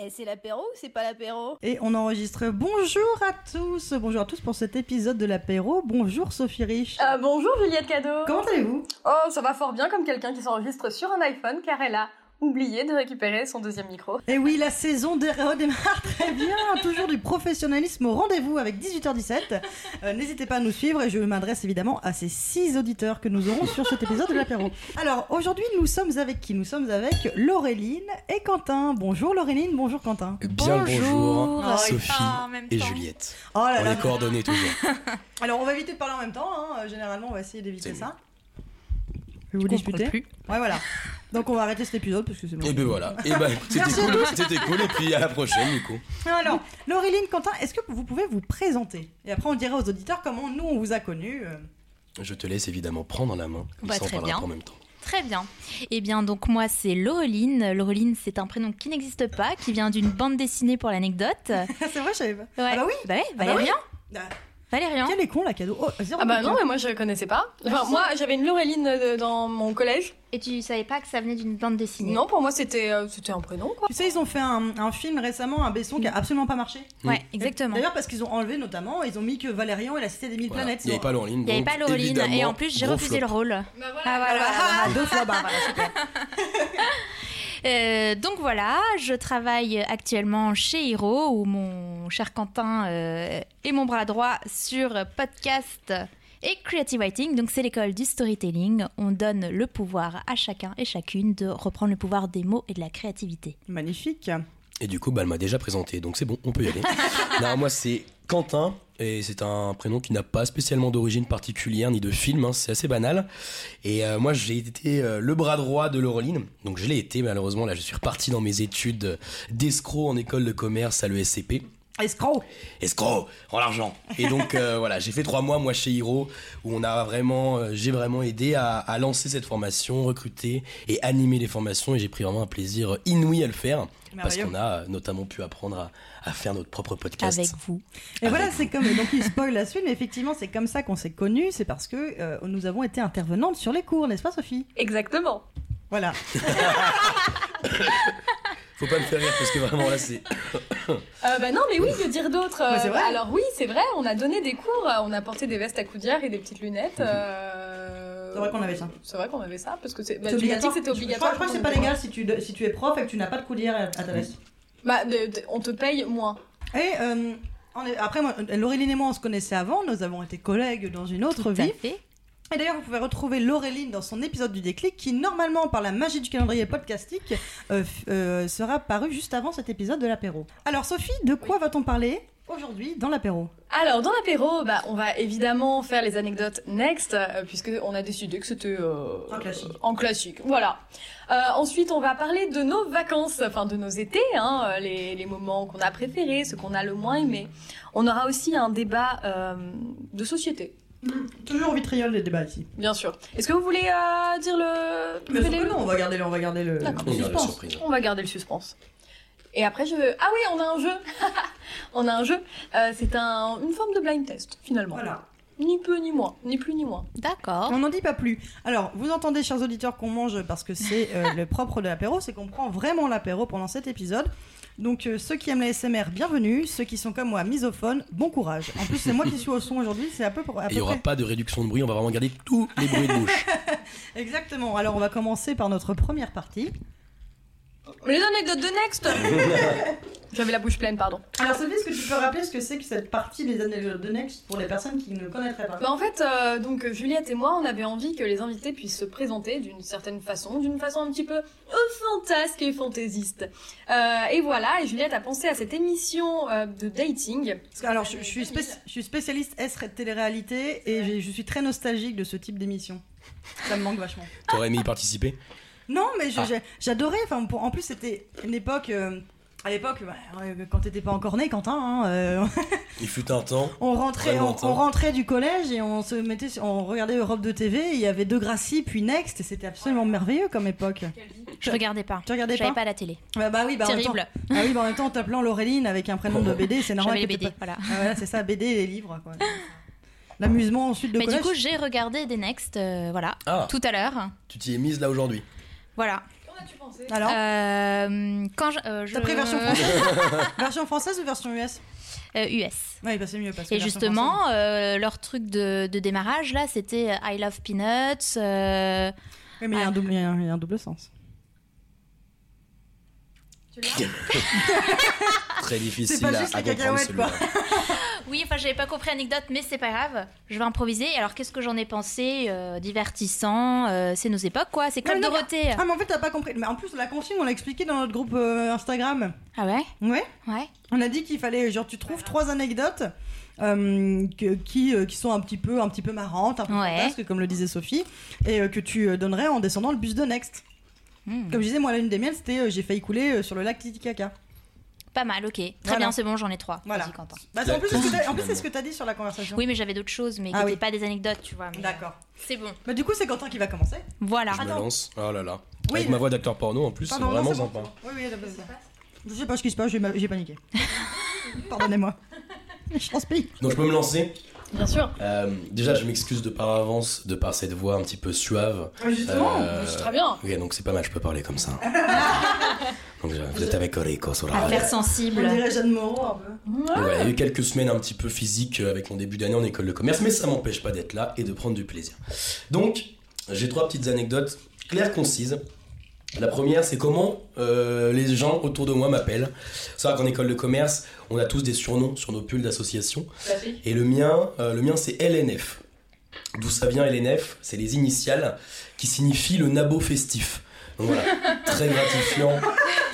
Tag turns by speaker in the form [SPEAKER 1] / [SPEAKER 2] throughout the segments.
[SPEAKER 1] Et Eh, c'est l'apéro ou c'est pas l'apéro
[SPEAKER 2] Et on enregistre. Bonjour à tous, bonjour à tous pour cet épisode de l'apéro. Bonjour Sophie Rich.
[SPEAKER 1] Euh, Bonjour Juliette Cadeau
[SPEAKER 2] Comment allez-vous
[SPEAKER 1] Oh, ça va fort bien comme quelqu'un qui s'enregistre sur un iPhone car elle a oublié de récupérer son deuxième micro.
[SPEAKER 2] Et Eh oui, la saison dé- redémarre très bien. Toujours du professionnalisme au rendez-vous avec 18h17. Euh, N'hésitez pas à nous suivre et je m'adresse évidemment à ces six auditeurs que nous aurons sur cet épisode de l'apéro. Alors aujourd'hui, nous sommes avec qui Nous sommes avec Laureline et Quentin. Bonjour Laureline, bonjour Quentin.
[SPEAKER 3] Bien le bonjour,
[SPEAKER 4] Bonjour.
[SPEAKER 3] Sophie
[SPEAKER 4] Ah, en même
[SPEAKER 3] et
[SPEAKER 4] temps.
[SPEAKER 3] Juliette.
[SPEAKER 2] Oh là
[SPEAKER 3] On
[SPEAKER 2] là.
[SPEAKER 3] est coordonnés toujours.
[SPEAKER 2] Alors on va éviter de parler en même temps. hein. Généralement, on va essayer d'éviter
[SPEAKER 3] C'est
[SPEAKER 2] ça. Je vais vous
[SPEAKER 4] Je comprends
[SPEAKER 2] disputer.
[SPEAKER 4] plus.
[SPEAKER 2] Ouais, voilà. Donc on va arrêter cet épisode parce que c'est bon.
[SPEAKER 3] Et ben voilà. Et ben écoute, c'était
[SPEAKER 2] Merci à
[SPEAKER 3] cool, c'était cool. Et puis à la prochaine du coup.
[SPEAKER 2] Ah, Alors, Laureline, Quentin, est-ce que vous pouvez vous présenter Et après, on dira aux auditeurs comment nous, on vous a connus. euh.
[SPEAKER 3] Je te laisse évidemment prendre la main. Comme
[SPEAKER 4] Bah,
[SPEAKER 3] ça, on
[SPEAKER 4] très
[SPEAKER 3] parlera
[SPEAKER 4] bien.
[SPEAKER 3] pas en même temps.
[SPEAKER 4] Très bien. Eh bien, donc moi, c'est Laureline. Laureline, c'est un prénom qui n'existe pas, qui vient d'une bande dessinée pour l'anecdote. Ouais.
[SPEAKER 2] c'est vrai, je savais pas. Ah bah oui
[SPEAKER 4] Bah ouais,
[SPEAKER 2] bah
[SPEAKER 4] Valérien.
[SPEAKER 2] Ah,
[SPEAKER 4] Valérien.
[SPEAKER 2] Quel est con, la cadeau Oh, zéro
[SPEAKER 1] Ah bah
[SPEAKER 2] déclic.
[SPEAKER 1] non, mais moi je connaissais pas. Enfin, moi j'avais une Laureline euh, dans mon collège.
[SPEAKER 4] Et tu savais pas que ça venait d'une bande dessinée
[SPEAKER 1] Non, pour moi c'était euh, c'était un prénom quoi.
[SPEAKER 2] Tu sais, ils ont fait un, un film récemment, un Besson, qui a absolument pas marché.
[SPEAKER 4] Ouais, exactement.
[SPEAKER 2] D'ailleurs, parce qu'ils ont enlevé notamment, ils ont mis que Valérian et la Cité des Mille
[SPEAKER 3] Voilà.
[SPEAKER 2] Planètes.
[SPEAKER 3] Il n'y avait
[SPEAKER 2] Bon.
[SPEAKER 3] pas Laureline.
[SPEAKER 4] Il n'y avait pas Laureline. Et en plus, j'ai refusé le rôle.
[SPEAKER 1] Bah
[SPEAKER 4] Ah, voilà, voilà.
[SPEAKER 2] Ah, deux fois, bah, voilà, super.
[SPEAKER 4] Euh, donc voilà, je travaille actuellement chez Hiro, où mon cher Quentin euh, est mon bras droit sur podcast et creative writing. Donc c'est l'école du storytelling. On donne le pouvoir à chacun et chacune de reprendre le pouvoir des mots et de la créativité.
[SPEAKER 2] Magnifique.
[SPEAKER 3] Et du coup, bah, elle m'a déjà présenté, donc c'est bon, on peut y aller. non, moi c'est Quentin, et c'est un prénom qui n'a pas spécialement d'origine particulière ni de film, hein, c'est assez banal. Et euh, moi j'ai été euh, le bras droit de Laureline, donc je l'ai été malheureusement, là je suis reparti dans mes études d'escroc en école de commerce à l'ESCP.
[SPEAKER 2] Escroc.
[SPEAKER 3] escroc, rends l'argent. Et donc euh, voilà, j'ai fait trois mois moi chez Hiro où on a vraiment, euh, j'ai vraiment aidé à, à lancer cette formation, recruter et animer les formations et j'ai pris vraiment un plaisir inouï à le faire parce
[SPEAKER 2] Merveilleux.
[SPEAKER 3] qu'on a euh, notamment pu apprendre à, à faire notre propre podcast.
[SPEAKER 4] Avec vous.
[SPEAKER 2] Et
[SPEAKER 3] Avec
[SPEAKER 2] voilà,
[SPEAKER 3] vous.
[SPEAKER 2] c'est comme. Donc, il spoil la suite, mais effectivement, c'est comme ça qu'on s'est connus. C'est parce que euh, nous avons été intervenantes sur les cours, n'est-ce pas, Sophie
[SPEAKER 1] Exactement.
[SPEAKER 2] Voilà.
[SPEAKER 3] Faut pas me faire rire parce que vraiment là c'est
[SPEAKER 1] Euh, bah non, mais oui, que dire d'autre
[SPEAKER 2] Bah,
[SPEAKER 1] euh,
[SPEAKER 2] c'est vrai.
[SPEAKER 1] Alors oui, c'est vrai, on a donné des cours, euh, on a porté des vestes à coudières et des petites lunettes. euh,
[SPEAKER 2] C'est vrai qu'on avait ça.
[SPEAKER 1] Mhm. C'est vrai qu'on avait ça, parce que c'est bah,
[SPEAKER 2] C'est
[SPEAKER 1] tu m'as dit que c'était
[SPEAKER 2] Je crois,
[SPEAKER 1] obligatoire.
[SPEAKER 2] je crois que c'est pas légal si tu, si tu es prof et que tu n'as pas de coulière à ta veste.
[SPEAKER 1] Bah, de- de- on te paye moins.
[SPEAKER 2] Et euh, on est- après, moi, euh, Laureline et moi, on se connaissait avant. Nous avons été collègues dans une autre
[SPEAKER 4] Tout à
[SPEAKER 2] vie.
[SPEAKER 4] fait.
[SPEAKER 2] Et d'ailleurs, vous pouvez retrouver Laureline dans son épisode du déclic, qui normalement, par la magie du calendrier podcastique, euh, f- euh, sera paru juste avant cet épisode de l'apéro. Alors, Sophie, de quoi va-t-on parler aujourd'hui dans l'apéro
[SPEAKER 1] Alors, dans l'apéro, bah, on va évidemment faire les anecdotes next, euh, puisque on a décidé que c'était euh,
[SPEAKER 2] En classique.
[SPEAKER 1] en classique, voilà. Euh, ensuite, on va parler de nos vacances, enfin de nos étés, hein, euh, les, les moments qu'on a préférés, ceux qu'on a le moins aimés. On aura aussi un débat euh, de société,
[SPEAKER 2] Toujours au vitriol des débats ici.
[SPEAKER 1] bien sûr. Est-ce que vous voulez euh, dire le... vous voulez le-
[SPEAKER 2] on va garder le, on va garder le,
[SPEAKER 1] D'accord.
[SPEAKER 3] on a la
[SPEAKER 2] suspense.
[SPEAKER 3] surprise.
[SPEAKER 1] On va garder le suspense. Et après, je veux... Ah oui, on a un jeu On a un jeu. Euh, c'est un, une forme de blind test, finalement.
[SPEAKER 2] Voilà.
[SPEAKER 1] Ni peu, ni moins. Ni plus, ni moins. Oh.
[SPEAKER 4] D'accord.
[SPEAKER 2] On n'en dit pas plus. Alors, vous entendez, chers auditeurs, qu'on mange parce que c'est euh, le propre de l'apéro, c'est qu'on prend vraiment l'apéro pendant cet épisode. Donc, euh, ceux qui aiment la SMR, bienvenue. Ceux qui sont comme moi, misophones, bon courage. En plus, c'est moi qui suis au son aujourd'hui, c'est à peu, pour- à
[SPEAKER 3] Et il
[SPEAKER 2] peu
[SPEAKER 3] n'y aura
[SPEAKER 2] près.
[SPEAKER 3] pas de réduction de bruit, on va vraiment garder tous les bruits de bouche.
[SPEAKER 2] Exactement. Alors, on va commencer par notre première partie.
[SPEAKER 1] Mais les anecdotes de Next J'avais la bouche pleine, pardon.
[SPEAKER 2] Alors Sophie, est-ce que tu peux rappeler ce que c'est que cette partie des anecdotes de Next pour les personnes qui ne connaîtraient pas
[SPEAKER 1] Bah, en fait, euh, donc Juliette et moi, on avait envie que les invités puissent se présenter d'une certaine façon, d'une façon un petit peu euh, fantasque et fantaisiste. Euh, et voilà, et Juliette a pensé à cette émission euh, de dating.
[SPEAKER 2] Parce que, Alors je, je suis spéc- je suis spécialiste S télé-réalité et j'ai- je suis très nostalgique de ce type d'émission. Ça me manque vachement.
[SPEAKER 3] T'aurais aimé y participer
[SPEAKER 2] Non, mais je-
[SPEAKER 3] Ah.
[SPEAKER 2] j'ai- j'adorais. Enfin, pour- en plus, c'était une époque. euh, à l'époque, bah, euh, quand t'étais pas encore né, Quentin, hein, euh,
[SPEAKER 3] Il fut un temps.
[SPEAKER 2] on rentrait,
[SPEAKER 3] Très
[SPEAKER 2] on,
[SPEAKER 3] longtemps.
[SPEAKER 2] on rentrait du collège et on se mettait, sur- on regardait Europe de TV. et Il y avait De Gracie, puis Next, et c'était absolument merveilleux comme époque.
[SPEAKER 4] Je regardais pas.
[SPEAKER 2] Tu regardais
[SPEAKER 4] J'avais
[SPEAKER 2] pas,
[SPEAKER 4] pas la télé.
[SPEAKER 2] Bah, bah oui, bah en même temps-
[SPEAKER 4] Terrible.
[SPEAKER 2] Ah oui, bah en même temps, en t'appelant Laureline avec un prénom de BD, c'est normal.
[SPEAKER 4] J'avais les
[SPEAKER 2] que t'aies
[SPEAKER 4] BD.
[SPEAKER 2] pas-
[SPEAKER 4] Voilà.
[SPEAKER 2] Ah, voilà, c'est ça, BD et les livres. quoi. L'amusement ensuite de
[SPEAKER 4] Mais du
[SPEAKER 2] collège.
[SPEAKER 4] coup, j'ai regardé des Next, euh, voilà,
[SPEAKER 3] Ah,
[SPEAKER 4] tout à l'heure.
[SPEAKER 3] tu t'y es mise là aujourd'hui.
[SPEAKER 4] Voilà.
[SPEAKER 1] Qu'en as-tu pensé
[SPEAKER 2] Alors,
[SPEAKER 4] Euh, quand je, euh, je-
[SPEAKER 2] t'as pris version française Version française ou version US
[SPEAKER 4] Euh, US.
[SPEAKER 2] Oui, bah c'est mieux. Parce que
[SPEAKER 4] Et
[SPEAKER 2] version
[SPEAKER 4] justement, euh, leur truc de, de démarrage, là, c'était euh, I love peanuts. euh,
[SPEAKER 2] française- Oui, mais il y a un double- il y a un- il y a un double sens.
[SPEAKER 3] Très difficile
[SPEAKER 2] C'est pas
[SPEAKER 3] à,
[SPEAKER 2] juste
[SPEAKER 3] à
[SPEAKER 2] les
[SPEAKER 3] comprendre
[SPEAKER 2] cacahuètes, quoi.
[SPEAKER 3] celui-là.
[SPEAKER 4] Oui, enfin, j'avais pas compris l'anecdote, mais c'est pas grave. Je vais improviser. Alors, qu'est-ce que j'en ai pensé Euh, Divertissant, euh, c'est nos époques, quoi. C'est comme
[SPEAKER 2] Non, mais non,
[SPEAKER 4] Dorothée.
[SPEAKER 2] Ah, mais en fait, t'as pas compris. Mais en plus, la consigne, on l'a expliqué dans notre groupe euh, Instagram.
[SPEAKER 4] Ah ouais
[SPEAKER 2] Ouais.
[SPEAKER 4] Ouais.
[SPEAKER 2] On a dit qu'il fallait, genre, tu trouves trois anecdotes euh, que- qui, euh, qui sont un petit peu, un petit peu marrantes, un peu
[SPEAKER 4] Ouais.
[SPEAKER 2] fantasques, comme le disait Sophie, et euh, que tu euh, donnerais en descendant le bus de Next.
[SPEAKER 4] Hmm.
[SPEAKER 2] Comme je disais, moi, l'une des miennes, c'était euh, j'ai failli couler euh, sur le lac Titicaca.
[SPEAKER 4] Pas mal, ok. Très
[SPEAKER 2] Voilà.
[SPEAKER 4] bien, c'est bon, j'en ai trois.
[SPEAKER 2] Voilà.
[SPEAKER 4] Vas-y, Quentin.
[SPEAKER 2] Bah, c'est- en plus, c'est ce que t'as- en plus, c'est
[SPEAKER 3] Finalement.
[SPEAKER 2] ce que t'as dit sur la conversation.
[SPEAKER 4] Oui, mais j'avais d'autres choses, mais qui
[SPEAKER 2] Ah oui.
[SPEAKER 4] étaient pas des anecdotes, tu vois. mais, euh,
[SPEAKER 2] D'accord.
[SPEAKER 4] C'est bon.
[SPEAKER 2] Bah, du coup, c'est Quentin qui va commencer.
[SPEAKER 4] Voilà.
[SPEAKER 3] Je me
[SPEAKER 2] Attends.
[SPEAKER 3] lance. Oh là là.
[SPEAKER 2] Ah Oui,
[SPEAKER 3] Avec
[SPEAKER 2] mais-
[SPEAKER 3] ma voix d'acteur porno en plus, c'est
[SPEAKER 2] Pardon, non,
[SPEAKER 3] vraiment
[SPEAKER 2] c'est bon,
[SPEAKER 3] sympa.
[SPEAKER 2] c'est bon. Oui, oui, d'accord, c'est bon. Je sais pas ce qui se passe, j'ai ma- j'ai paniqué. Pardonnez-moi. Je transpire.
[SPEAKER 3] Donc je peux me lancer.
[SPEAKER 1] Bien sûr.
[SPEAKER 3] Euh, déjà, je m'excuse de par avance, de par cette voix un petit peu suave.
[SPEAKER 2] Ah, Justement.
[SPEAKER 3] Euh,
[SPEAKER 1] C'est très bien.
[SPEAKER 3] Ok, donc c'est pas mal, je peux parler comme ça. donc euh, vous êtes avec Orico sur la radio.
[SPEAKER 4] Affaire
[SPEAKER 2] On
[SPEAKER 4] Ah, sensible.
[SPEAKER 2] dirait Jeanne Moreau un peu.
[SPEAKER 3] Donc voilà, il y a eu quelques semaines un petit peu physiques euh, avec mon début d'année en école de commerce, mais ça m'empêche pas d'être là et de prendre du plaisir. Donc, j'ai trois petites anecdotes claires, concises. La première, c'est comment euh, les gens autour de moi m'appellent. C'est vrai qu'en école de commerce, on a tous des surnoms sur nos pulls d'association. Et le mien, euh, le mien c'est LNF. D'où ça vient LNF C'est les initiales qui signifient le nabo festif. Donc voilà, très gratifiant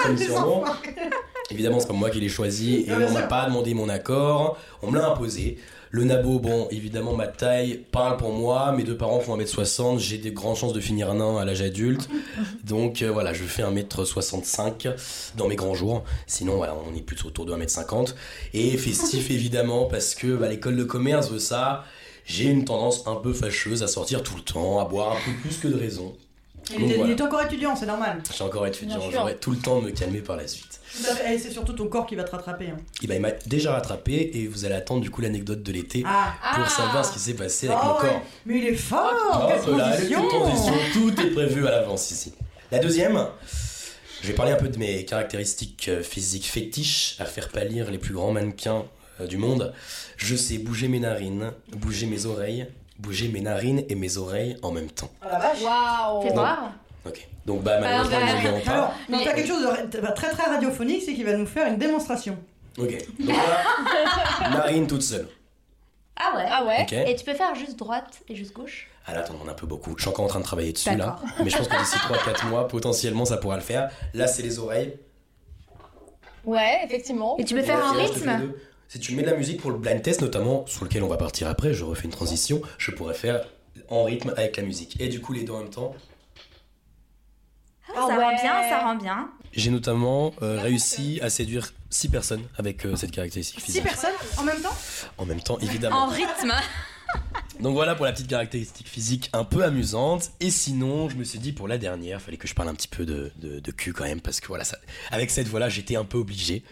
[SPEAKER 3] comme surnom. Évidemment, c'est pas moi qui l'ai choisi et on m'a pas demandé mon accord, on me l'a imposé. Le nabo, bon, évidemment, ma taille parle pour moi. Mes deux parents font 1m60, j'ai des grandes chances de finir nain à l'âge adulte. Donc euh, voilà, je fais 1m65 dans mes grands jours. Sinon, voilà, on est plutôt autour de 1m50. Et festif évidemment parce que bah, l'école de commerce veut ça. J'ai une tendance un peu fâcheuse à sortir tout le temps, à boire un peu plus que de raison.
[SPEAKER 2] Il
[SPEAKER 3] Donc
[SPEAKER 2] est- il
[SPEAKER 3] voilà.
[SPEAKER 2] est encore étudiant, c'est normal.
[SPEAKER 3] J'ai encore étudiant,
[SPEAKER 1] Bien sûr.
[SPEAKER 3] j'aurais tout le temps de me calmer par la suite.
[SPEAKER 2] Tout à fait. Et c'est surtout ton corps qui va te rattraper. hein.
[SPEAKER 3] Et bah, il m'a déjà rattrapé et vous allez attendre du coup l'anecdote de l'été
[SPEAKER 2] Ah,
[SPEAKER 3] pour
[SPEAKER 1] Ah.
[SPEAKER 3] savoir ce qui s'est passé avec
[SPEAKER 2] Ah
[SPEAKER 3] mon
[SPEAKER 2] ouais.
[SPEAKER 3] corps.
[SPEAKER 2] mais il est fort
[SPEAKER 3] Hop
[SPEAKER 2] Quelle
[SPEAKER 3] Ah, là, les
[SPEAKER 2] transition
[SPEAKER 3] petites transitions, tout est prévu à l'avance ici. La deuxième, je vais parler un peu de mes caractéristiques euh, physiques fétiches à faire pâlir les plus grands mannequins euh, du monde. Je sais bouger mes narines, bouger mes oreilles, bouger mes narines et mes oreilles en même temps.
[SPEAKER 2] Ah la vache.
[SPEAKER 1] Waouh.
[SPEAKER 4] Fais voir.
[SPEAKER 3] Ok. Donc bah malheureusement
[SPEAKER 1] bah,
[SPEAKER 3] nous n'arrivons pas.
[SPEAKER 2] Alors, donc t'as quelque chose de ra- de très très radiophonique, c'est qu'il va nous faire une démonstration.
[SPEAKER 3] Ok. Donc là, narine toute seule.
[SPEAKER 4] Ah ouais.
[SPEAKER 1] Ah ouais
[SPEAKER 3] Ok.
[SPEAKER 4] Et tu peux faire juste droite et juste gauche
[SPEAKER 3] Ah là, attends, on en a un peu beaucoup. Je suis encore en train de travailler dessus là, mais je pense que d'ici 3-4 mois potentiellement ça pourra le faire. Là c'est les oreilles.
[SPEAKER 1] Ouais, effectivement.
[SPEAKER 4] Et tu peux
[SPEAKER 3] Ouais,
[SPEAKER 4] faire un
[SPEAKER 3] c'est vrai, je te fais
[SPEAKER 4] rythme
[SPEAKER 3] deux. Si tu mets de la musique pour le blind test, notamment, sur lequel on va partir après, je refais une transition, je pourrais faire en rythme avec la musique. Et du coup, les deux en même temps.
[SPEAKER 4] Ah, Ça rend bien, ça rend bien.
[SPEAKER 3] J'ai notamment euh, réussi à séduire six personnes avec euh, cette caractéristique
[SPEAKER 2] Six
[SPEAKER 3] physique.
[SPEAKER 2] personnes en même temps
[SPEAKER 3] En même temps,
[SPEAKER 4] En
[SPEAKER 3] évidemment.
[SPEAKER 4] rythme.
[SPEAKER 3] Donc voilà pour la petite caractéristique physique un peu amusante. Et sinon, je me suis dit pour la dernière, fallait que je parle un petit peu de, de- de cul quand même, parce que voilà, ça- avec cette voix-là, j'étais un peu obligé.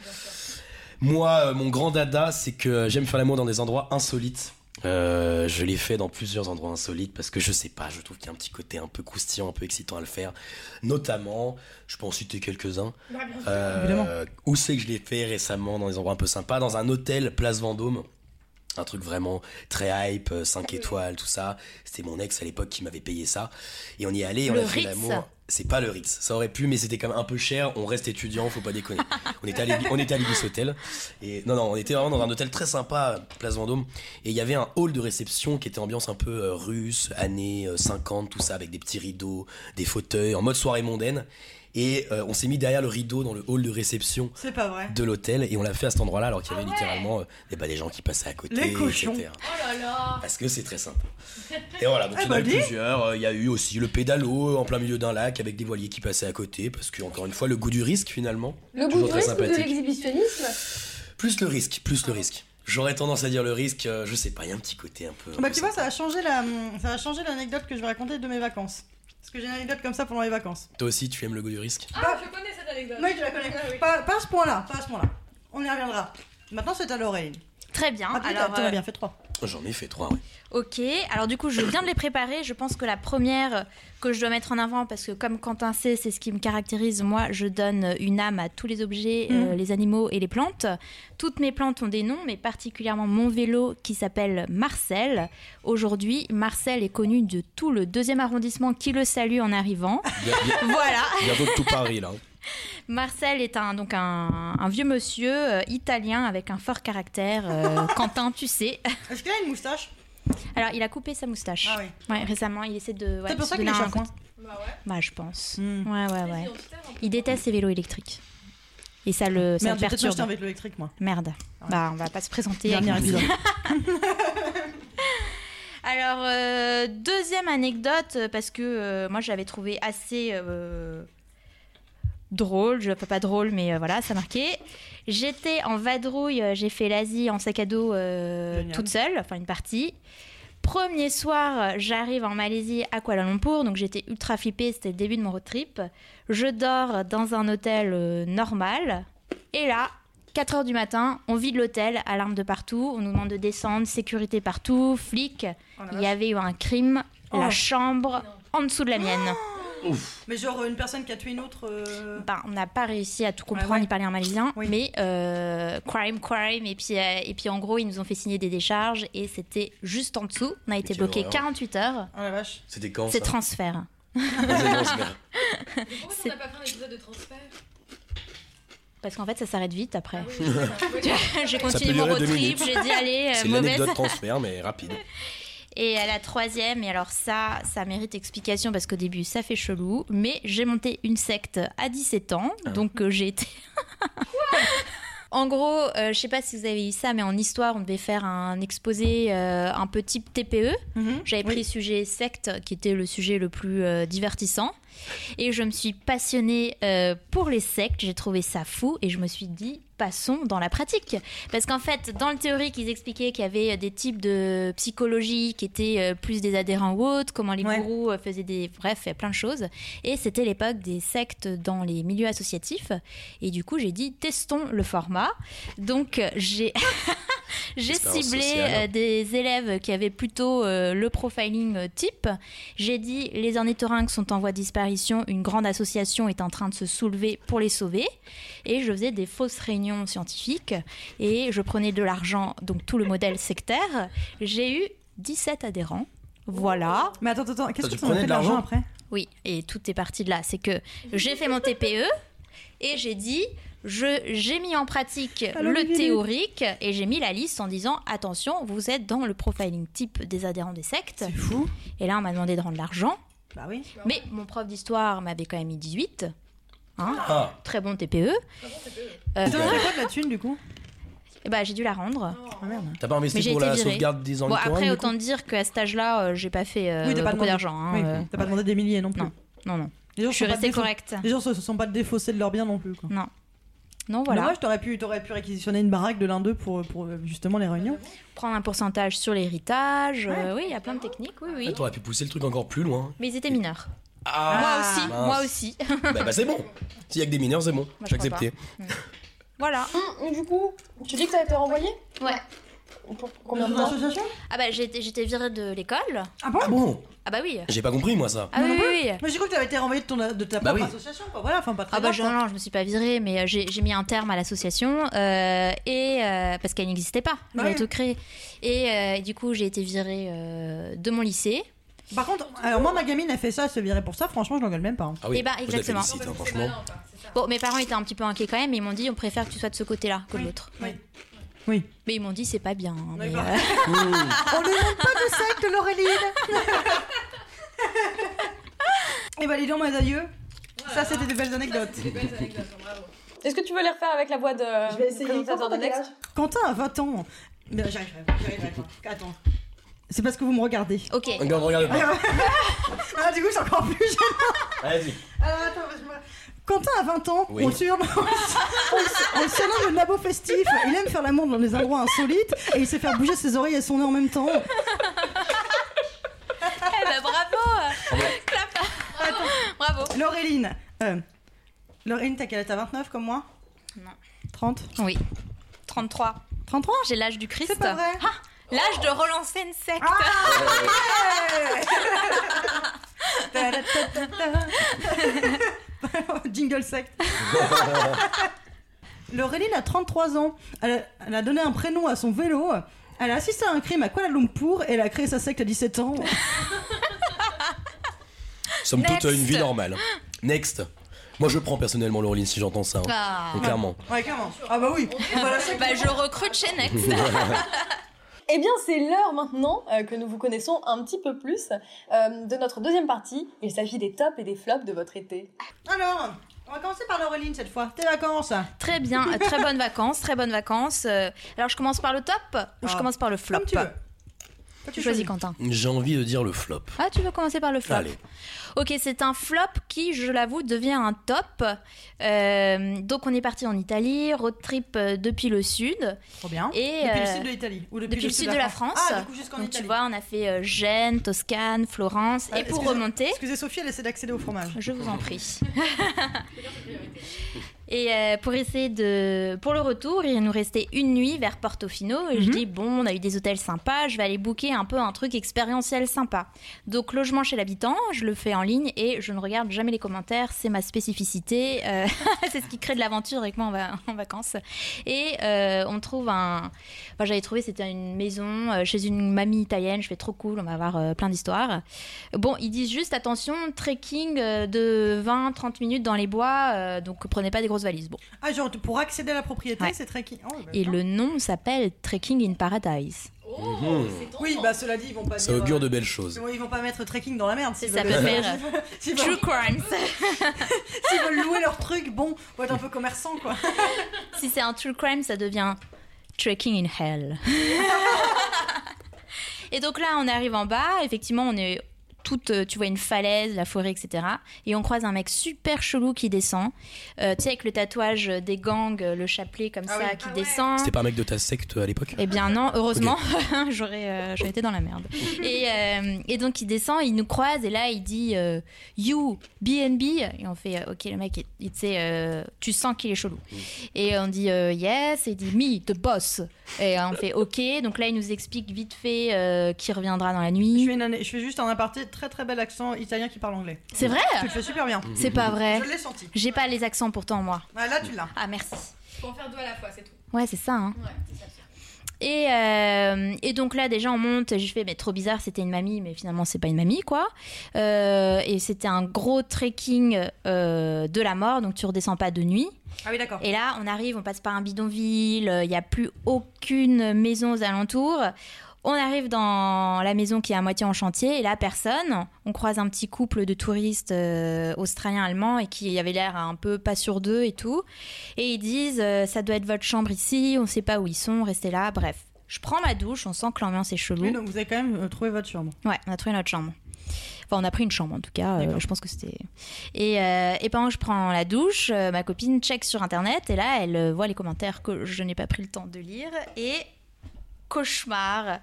[SPEAKER 3] Moi, euh, mon grand dada, c'est que j'aime faire l'amour dans des endroits insolites. Euh, je l'ai fait dans plusieurs endroits insolites parce que je sais pas, je trouve qu'il y a un petit côté un peu croustillant, un peu excitant à le faire. Notamment, je peux en citer quelques-uns. Euh,
[SPEAKER 2] Évidemment.
[SPEAKER 3] Où c'est que je l'ai fait récemment dans des endroits un peu sympas Dans un hôtel Place Vendôme. Un truc vraiment très hype, euh,
[SPEAKER 4] Mm.
[SPEAKER 3] 5 étoiles, tout ça. C'était mon ex à l'époque qui m'avait payé ça. Et on y allait, on
[SPEAKER 4] Le
[SPEAKER 3] a fait
[SPEAKER 4] Ritz.
[SPEAKER 3] l'amour. c'est pas le Ritz. Ça aurait pu, mais c'était quand même un peu cher. On reste étudiant, faut pas déconner. on était à l'Ibis- on était à l'Ibis Hotel. Et non, non, on était vraiment dans un hôtel très sympa, Place Vendôme. Et il y avait un hall de réception qui était ambiance un peu euh, russe, années euh, 50, tout ça, avec des petits rideaux, des fauteuils, en mode soirée mondaine. Et euh, on s'est mis derrière le rideau dans le hall de réception
[SPEAKER 2] C'est pas vrai.
[SPEAKER 3] de l'hôtel et on l'a fait à cet endroit-là alors qu'il y avait littéralement euh, eh ben, des gens qui passaient à côté,
[SPEAKER 2] Ah Les cochons.
[SPEAKER 3] etc.
[SPEAKER 1] Oh là là
[SPEAKER 3] Parce que c'est très simple. Et voilà, donc
[SPEAKER 2] Eh
[SPEAKER 3] il y en a
[SPEAKER 2] ben,
[SPEAKER 3] eu
[SPEAKER 2] dis.
[SPEAKER 3] plusieurs. Euh, Il y a eu aussi le pédalo en plein milieu d'un lac avec des voiliers qui passaient à côté parce que, encore une fois, le goût du risque finalement.
[SPEAKER 5] Le
[SPEAKER 3] Toujours
[SPEAKER 5] goût du
[SPEAKER 3] très
[SPEAKER 5] risque ou de
[SPEAKER 3] sympathique.
[SPEAKER 5] l'exhibitionnisme
[SPEAKER 3] Plus le risque, plus le risque. J'aurais tendance à dire le risque, euh, je sais pas, il y a un petit côté un peu. un
[SPEAKER 2] Bah
[SPEAKER 3] peu
[SPEAKER 2] tu vois, ça a changé la, ça va changer l'anecdote que je vais raconter de mes vacances. Parce que j'ai une anecdote comme ça pendant les vacances.
[SPEAKER 3] Toi aussi, tu aimes le goût du risque
[SPEAKER 1] Ah, je connais cette anecdote.
[SPEAKER 2] Oui, tu la connais.
[SPEAKER 1] Ah oui.
[SPEAKER 2] Pas, pas à ce point-là, pas à ce point-là. On y reviendra. Maintenant, c'est à l'oreille.
[SPEAKER 4] Très bien.
[SPEAKER 2] Ah,
[SPEAKER 4] alors,
[SPEAKER 2] alors, t'en
[SPEAKER 4] euh,
[SPEAKER 2] as bien fait trois.
[SPEAKER 3] J'en ai fait trois, ouais.
[SPEAKER 4] Ok, alors du coup, je viens de les préparer. Je pense que la première que je dois mettre en avant, parce que comme Quentin sait, c'est ce qui me caractérise, moi, je donne une âme à tous les objets, euh, les animaux et les plantes. Toutes mes plantes ont des noms, mais particulièrement mon vélo qui s'appelle Marcel. Aujourd'hui, Marcel est connu de tout le deuxième arrondissement qui le salue en arrivant.
[SPEAKER 3] Bien- bien-
[SPEAKER 4] voilà.
[SPEAKER 3] Bientôt de tout Paris là. hein.
[SPEAKER 4] Marcel est un, donc un, un vieux monsieur euh, italien avec un fort caractère. euh, Quentin, tu sais.
[SPEAKER 2] Est-ce qu'il a une moustache
[SPEAKER 4] Alors, il a coupé sa moustache.
[SPEAKER 2] Ah oui.
[SPEAKER 4] Ouais, récemment, il essaie de. ouais,
[SPEAKER 2] C'est pour
[SPEAKER 4] se
[SPEAKER 2] ça qu'il
[SPEAKER 4] donner
[SPEAKER 2] est
[SPEAKER 4] un
[SPEAKER 2] charmant.
[SPEAKER 4] coin.
[SPEAKER 1] Bah ouais.
[SPEAKER 4] Bah, je pense.
[SPEAKER 2] Hmm.
[SPEAKER 4] Ouais, ouais,
[SPEAKER 1] Très
[SPEAKER 4] ouais.
[SPEAKER 1] identitaire, un peu.
[SPEAKER 4] Il déteste les vélos électriques. Et ça le, ça
[SPEAKER 2] Merde, j'ai
[SPEAKER 4] le
[SPEAKER 2] peut-être acheté un
[SPEAKER 4] perturbe.
[SPEAKER 2] vélo électrique, moi.
[SPEAKER 4] Merde. Bah, on va pas se présenter.
[SPEAKER 2] Dernier
[SPEAKER 4] avec-
[SPEAKER 2] épisode.
[SPEAKER 4] Alors, euh, deuxième anecdote, euh, parce que euh, moi, j'avais trouvé assez euh, drôle, je pas pas drôle, mais euh, voilà, ça marquait. J'étais en vadrouille, euh, j'ai fait l'Asie en sac à dos euh,
[SPEAKER 2] Génial.
[SPEAKER 4] toute seule, enfin une partie. Premier soir, euh, j'arrive en Malaisie à Kuala Lumpur, donc j'étais ultra flippée, c'était le début de mon road trip. Je dors dans un hôtel euh, normal, et là, 4 heures du matin, on vide l'hôtel, alarme de partout, on nous demande de descendre, sécurité partout, flics.
[SPEAKER 2] Oh la
[SPEAKER 4] Il
[SPEAKER 2] vache.
[SPEAKER 4] y avait eu un crime, la
[SPEAKER 2] Oh.
[SPEAKER 4] chambre en dessous de la mienne.
[SPEAKER 2] Mais genre une personne qui a tué une autre. euh,
[SPEAKER 4] Ben, on n'a pas réussi à tout comprendre,
[SPEAKER 2] Ouais, ouais.
[SPEAKER 4] ni parler en malaisien,
[SPEAKER 2] Oui.
[SPEAKER 4] mais euh, crime, crime, et puis, euh, et puis en gros, ils nous ont fait signer des décharges, et c'était juste en dessous. On a été
[SPEAKER 3] quelle
[SPEAKER 4] bloqué
[SPEAKER 3] horreur.
[SPEAKER 4] 48 heures.
[SPEAKER 2] Oh la vache.
[SPEAKER 3] C'était quand hein. ça
[SPEAKER 4] C'est transfert.
[SPEAKER 3] C'était quand, ça
[SPEAKER 1] Mais Pourquoi on n'a pas fait un épisode de transfert
[SPEAKER 4] Parce qu'en fait, ça s'arrête vite
[SPEAKER 1] Ah
[SPEAKER 4] après.
[SPEAKER 1] oui, oui, oui, oui.
[SPEAKER 4] j'ai
[SPEAKER 3] Ça peut
[SPEAKER 4] continué mon
[SPEAKER 3] durer
[SPEAKER 4] road
[SPEAKER 3] deux
[SPEAKER 4] trip,
[SPEAKER 3] minutes.
[SPEAKER 4] j'ai dit allez, euh,
[SPEAKER 3] C'est
[SPEAKER 4] mauvaise.
[SPEAKER 3] l'anecdote transfert, mais rapide.
[SPEAKER 4] Et à la troisième, et alors ça, ça mérite explication parce qu'au début, ça fait chelou, mais j'ai monté une secte à 17 ans, donc euh, j'ai été... En gros, euh, je sais pas si vous avez eu ça, mais en histoire, on devait faire un exposé euh, un peu type TPE.
[SPEAKER 2] Mm-hmm.
[SPEAKER 4] J'avais pris le sujet secte, qui était le sujet le plus euh, divertissant. Et je me suis passionnée euh, pour les sectes, j'ai trouvé ça fou et je me suis dit, passons dans la pratique. Parce qu'en fait, dans le théorique, ils expliquaient qu'il y avait euh, des types de psychologie qui étaient euh, plus des adhérents ou autres, comment les
[SPEAKER 2] Ouais.
[SPEAKER 4] gourous euh, faisaient des. Bref, il y a plein de choses. Et c'était l'époque des sectes dans les milieux associatifs. Et du coup, j'ai dit, testons le format. Donc, euh, j'ai. J'ai
[SPEAKER 3] Expérience
[SPEAKER 4] ciblé
[SPEAKER 3] sociale. hein.
[SPEAKER 4] euh, des élèves qui avaient plutôt euh, le profiling euh, type. J'ai dit les ornithorynques sont en voie de disparition, une grande association est en train de se soulever pour les sauver. Et je faisais des fausses réunions scientifiques et je prenais de l'argent, donc tout le modèle sectaire. J'ai eu 17 adhérents. Voilà,
[SPEAKER 2] Mais attends, attends, qu'est-ce
[SPEAKER 3] Attends,
[SPEAKER 2] que
[SPEAKER 3] tu
[SPEAKER 2] t'en as
[SPEAKER 3] prenais
[SPEAKER 2] fait de
[SPEAKER 3] de
[SPEAKER 2] l'argent
[SPEAKER 3] l'argent
[SPEAKER 2] après
[SPEAKER 4] oui, et tout est parti de là. C'est que j'ai fait mon TPE et j'ai dit, je, j'ai mis en pratique
[SPEAKER 2] Allô,
[SPEAKER 4] le
[SPEAKER 2] Lulu.
[SPEAKER 4] théorique et j'ai mis la liste en disant, attention, vous êtes dans le profiling type des adhérents des sectes.
[SPEAKER 2] fou.
[SPEAKER 4] Et là, on m'a demandé de rendre l'argent.
[SPEAKER 2] Bah oui.
[SPEAKER 4] Mais mon prof d'histoire m'avait quand même mis 18. Hein
[SPEAKER 3] Ah,
[SPEAKER 4] Très bon E. TPE. Euh,
[SPEAKER 2] T'en as fait quoi de la thune du coup
[SPEAKER 4] et bah, j'ai dû la rendre.
[SPEAKER 2] Ah merde.
[SPEAKER 3] t'as pas
[SPEAKER 4] Mais
[SPEAKER 3] investi
[SPEAKER 4] j'ai
[SPEAKER 3] pour
[SPEAKER 4] été
[SPEAKER 3] la
[SPEAKER 4] virée.
[SPEAKER 3] sauvegarde des
[SPEAKER 4] Bon,
[SPEAKER 3] ornithorynques
[SPEAKER 4] après,
[SPEAKER 3] du
[SPEAKER 4] autant dire qu'à cet âge-là, euh, j'ai pas fait euh,
[SPEAKER 2] Oui, t'as pas
[SPEAKER 4] beaucoup
[SPEAKER 2] demandé.
[SPEAKER 4] d'argent. hein,
[SPEAKER 2] Oui,
[SPEAKER 4] euh,
[SPEAKER 2] T'as pas demandé des milliers Ah, non plus.
[SPEAKER 4] Non. non, non.
[SPEAKER 2] Les gens
[SPEAKER 4] Je suis
[SPEAKER 2] sont pas
[SPEAKER 4] restée
[SPEAKER 2] défauts-
[SPEAKER 4] correcte.
[SPEAKER 2] Les gens se sont pas défaussés de leur bien non plus. Quoi.
[SPEAKER 4] Non. Non,
[SPEAKER 2] Voilà.
[SPEAKER 4] voilà.
[SPEAKER 2] Dommage, t'aurais pu, t'aurais pu réquisitionner une baraque de l'un d'eux pour, pour euh, justement les réunions.
[SPEAKER 4] Prendre un pourcentage sur l'héritage. euh, oui, il y a plein de techniques, oui, oui.
[SPEAKER 2] Bah,
[SPEAKER 3] coup Ah, T'aurais pu pousser le truc encore plus loin.
[SPEAKER 4] Mais ils étaient mineurs.
[SPEAKER 3] Ah,
[SPEAKER 4] moi aussi,
[SPEAKER 3] mince.
[SPEAKER 4] moi aussi.
[SPEAKER 3] bah, bah, c'est bon. S'il y a que des mineurs, c'est bon.
[SPEAKER 4] Ah. je
[SPEAKER 3] J'ai
[SPEAKER 4] crois
[SPEAKER 3] accepté.
[SPEAKER 4] voilà.
[SPEAKER 1] Ah,
[SPEAKER 5] Hum, Du coup, tu dis que t'as été renvoyé
[SPEAKER 4] Ouais.
[SPEAKER 5] Pour combien de
[SPEAKER 2] Dans
[SPEAKER 5] temps
[SPEAKER 2] l'association
[SPEAKER 4] Ah bah, j'ai été- j'étais virée de l'école.
[SPEAKER 2] Ah bon
[SPEAKER 3] Ah bon
[SPEAKER 4] Ah bah oui.
[SPEAKER 3] J'ai pas compris moi ça.
[SPEAKER 4] Ah
[SPEAKER 2] Non,
[SPEAKER 4] oui,
[SPEAKER 2] non
[SPEAKER 4] oui,
[SPEAKER 2] plus.
[SPEAKER 4] oui.
[SPEAKER 2] Mais j'ai cru que t'avais été renvoyé de, ton, de ta
[SPEAKER 3] Bah
[SPEAKER 2] propre
[SPEAKER 3] oui.
[SPEAKER 2] association, quoi. Voilà, enfin pas très
[SPEAKER 4] Ah bah
[SPEAKER 2] grave,
[SPEAKER 4] je-
[SPEAKER 2] quoi.
[SPEAKER 4] non, non, je me suis pas virée, mais euh, j'ai j'ai mis un terme à l'association euh, et euh, parce qu'elle n'existait pas,
[SPEAKER 2] Bah
[SPEAKER 4] j'avais
[SPEAKER 2] oui.
[SPEAKER 4] tout créé. Et euh, du coup, j'ai été virée euh, de mon lycée.
[SPEAKER 2] Par contre, alors moi, ma gamine a fait ça, elle se virait pour ça. Franchement, je l'engueule même pas. hein.
[SPEAKER 3] Ah oui,
[SPEAKER 4] Eh ben,
[SPEAKER 3] moi, je la
[SPEAKER 4] exactement.
[SPEAKER 3] félicite, hein, franchement.
[SPEAKER 4] Bon, mes parents étaient un petit peu inquiets quand même, ils m'ont dit on préfère que tu sois de ce côté-là que de l'autre.
[SPEAKER 2] Oui. Oui.
[SPEAKER 4] Mais ils m'ont dit c'est pas bien. hein, mais,
[SPEAKER 2] D'accord.
[SPEAKER 4] euh,
[SPEAKER 2] On lui montre pas de secte, Laureline Et bah, les donc, mes aïeux, ça, c'était des belles anecdotes.
[SPEAKER 1] Est-ce que tu veux les refaire avec la voix de
[SPEAKER 5] Je vais essayer.
[SPEAKER 1] présentateur de
[SPEAKER 5] Quentin, t'as quel
[SPEAKER 1] Next
[SPEAKER 5] âge
[SPEAKER 2] Quentin a 20 ans. Ben, J'arriverai, pas, j'arriverai pas. Attends. C'est parce que vous me regardez.
[SPEAKER 4] Ok.
[SPEAKER 3] Non, Eh ben, regarde pas.
[SPEAKER 2] Ah, du coup, c'est encore plus jeune.
[SPEAKER 3] Vas-y.
[SPEAKER 2] Alors, attends, parce que moi- Quentin a 20 ans,
[SPEAKER 3] Oui.
[SPEAKER 2] on le surnomme, on le- on le surnomme le nabo festif. Il aime faire l'amour dans les endroits insolites et il sait faire bouger ses oreilles et son nez en même temps.
[SPEAKER 4] Eh ben, bravo Clap Bravo
[SPEAKER 2] Laureline. euh, Laureline, t'as quel âge T'as 29 comme moi
[SPEAKER 4] Non.
[SPEAKER 2] 30
[SPEAKER 4] Oui. 33.
[SPEAKER 2] 33
[SPEAKER 4] J'ai l'âge du Christ.
[SPEAKER 2] C'est pas vrai.
[SPEAKER 4] Ah,
[SPEAKER 2] Ah,
[SPEAKER 4] L'âge de relancer une secte.
[SPEAKER 2] Jingle sec. Laureline a 33 ans. Elle a, elle a donné un prénom à son vélo. Elle a assisté à un crime à Kuala Lumpur et elle a créé sa secte à 17 ans.
[SPEAKER 3] Somme toute,
[SPEAKER 4] Next.
[SPEAKER 3] euh, une vie normale. Next. Moi, je prends personnellement Laureline si j'entends ça. hein.
[SPEAKER 4] Ah.
[SPEAKER 3] Donc, clairement.
[SPEAKER 2] Ouais, comment Ah bah oui.
[SPEAKER 4] Bah, je recrute chez Next.
[SPEAKER 1] Eh bien, c'est l'heure maintenant euh, que nous vous connaissons un petit peu plus euh, de notre deuxième partie. Il s'agit des tops et des flops de votre été.
[SPEAKER 2] Alors, on va commencer par Laureline cette fois. Tes vacances
[SPEAKER 4] Très bien, euh, très bonnes vacances, très bonnes vacances. Euh, Alors je commence par le top ou je
[SPEAKER 2] Ah.
[SPEAKER 4] commence par le flop
[SPEAKER 2] Comme tu veux. Toi,
[SPEAKER 4] Tu choisis Quentin.
[SPEAKER 3] J'ai envie de dire le flop.
[SPEAKER 4] Ah, tu veux commencer par le flop
[SPEAKER 3] Allez.
[SPEAKER 4] Ok, c'est un flop qui, je l'avoue, devient un top. Euh, donc on est parti en Italie, road trip euh, depuis le sud.
[SPEAKER 2] Trop bien.
[SPEAKER 4] Et,
[SPEAKER 2] depuis le
[SPEAKER 4] euh,
[SPEAKER 2] sud de l'Italie. Ou depuis,
[SPEAKER 4] depuis le sud de la France.
[SPEAKER 2] Ah, du coup, jusqu'en
[SPEAKER 4] Donc
[SPEAKER 2] Italie.
[SPEAKER 4] tu vois, on a fait euh, Gênes, Toscane, Florence.
[SPEAKER 2] Ah,
[SPEAKER 4] et pour
[SPEAKER 2] excusez-
[SPEAKER 4] remonter,
[SPEAKER 2] Excusez Sophie, elle essaie d'accéder au fromage.
[SPEAKER 4] je vous en prie. Et euh, pour essayer de, pour le retour, il nous restait une nuit vers Portofino. Et je
[SPEAKER 2] Mhm.
[SPEAKER 4] dis bon, on a eu des hôtels sympas, je vais aller booker un peu un truc expérientiel sympa. Donc logement chez l'habitant, je le fais en ligne et je ne regarde jamais les commentaires. C'est ma spécificité. Euh, c'est ce qui crée de l'aventure avec moi en, va- en vacances. Et euh, on trouve un. Enfin, j'avais trouvé c'était une maison euh, chez une mamie italienne. Je fais trop cool. On va avoir euh, plein d'histoires. Bon, ils disent juste attention, trekking euh, de 20-30 minutes dans les bois, euh, donc prenez pas des grosses valises. Bon.
[SPEAKER 2] Ah, genre, pour accéder à la propriété,
[SPEAKER 4] Ouais.
[SPEAKER 2] c'est très qui. Oh, bah,
[SPEAKER 4] Et
[SPEAKER 2] bien.
[SPEAKER 4] le nom s'appelle Trekking in Paradise.
[SPEAKER 1] Oh,
[SPEAKER 3] Mhm.
[SPEAKER 2] Oui, bah cela dit, ils vont pas
[SPEAKER 3] Ça
[SPEAKER 2] dire,
[SPEAKER 3] augure
[SPEAKER 2] euh,
[SPEAKER 3] de belles choses.
[SPEAKER 2] Ils vont pas mettre trekking dans la merde. s'ils
[SPEAKER 4] Ça
[SPEAKER 2] veulent-
[SPEAKER 4] peut faire, euh,
[SPEAKER 2] S'ils veulent-
[SPEAKER 4] True crime.
[SPEAKER 2] s'ils veulent louer leur truc, bon, faut être un peu commerçant quoi.
[SPEAKER 4] si c'est un true crime, ça devient trekking in hell. et donc là, on arrive en bas. Effectivement, on est toute, euh, tu vois, une falaise, la forêt, etc. Et on croise un mec super chelou qui descend. Euh, tu sais, avec le tatouage des gangs, euh, le chapelet comme
[SPEAKER 2] Ah
[SPEAKER 4] ça,
[SPEAKER 2] oui.
[SPEAKER 4] qui descend.
[SPEAKER 3] C'était pas un mec de ta secte à l'époque
[SPEAKER 4] Eh bien non, heureusement, j'aurais, euh, j'aurais été dans la merde. Et, euh, et donc il descend, il nous croise et là il dit euh, You, BNB. Et on fait euh, Ok, le mec, il, il- tu sais, euh, tu sens qu'il est chelou. Et on dit euh, Yes, et il dit Me, the boss. Et euh, on fait Ok, donc là il nous explique vite fait euh, qu'il reviendra dans la
[SPEAKER 2] Je
[SPEAKER 4] nuit.
[SPEAKER 2] fais, une année- je fais juste un aparté, très très bel accent italien qui parle anglais.
[SPEAKER 4] C'est vrai
[SPEAKER 2] Tu le fais super bien.
[SPEAKER 4] C'est pas vrai.
[SPEAKER 2] Je l'ai senti.
[SPEAKER 4] J'ai pas les accents pourtant moi.
[SPEAKER 2] Ah, là, tu l'as.
[SPEAKER 4] Ah merci.
[SPEAKER 1] Faut en faire deux à la fois, c'est tout.
[SPEAKER 4] Ouais, c'est ça. hein.
[SPEAKER 1] Ouais,
[SPEAKER 4] Et, euh, et donc là, déjà, on monte. Je fais, mais trop bizarre, c'était une mamie, mais finalement, c'est pas une mamie, quoi. Euh, et c'était un gros trekking euh, de la mort, donc tu redescends pas de nuit.
[SPEAKER 2] Ah oui, d'accord.
[SPEAKER 4] Et là, on arrive, on passe par un bidonville, il n'y a plus aucune maison aux alentours. On arrive dans la maison qui est à moitié en chantier, et là, personne. On croise un petit couple de touristes euh, australiens, allemands, et qui avait l'air un peu pas sur deux et tout. Et ils disent, euh, ça doit être votre chambre ici, on sait pas où ils sont, restez là, bref. Je prends ma douche, on sent que l'ambiance est chelou.
[SPEAKER 2] Oui, donc vous avez quand même euh, trouvé votre chambre.
[SPEAKER 4] Ouais, on a trouvé notre chambre. Enfin, on a pris une chambre en tout cas. euh,
[SPEAKER 2] D'accord.
[SPEAKER 4] je pense que c'était. Et, euh, et pendant que je prends la douche, euh, ma copine check sur internet et là, elle euh, voit les commentaires que je n'ai pas pris le temps de lire et cauchemar.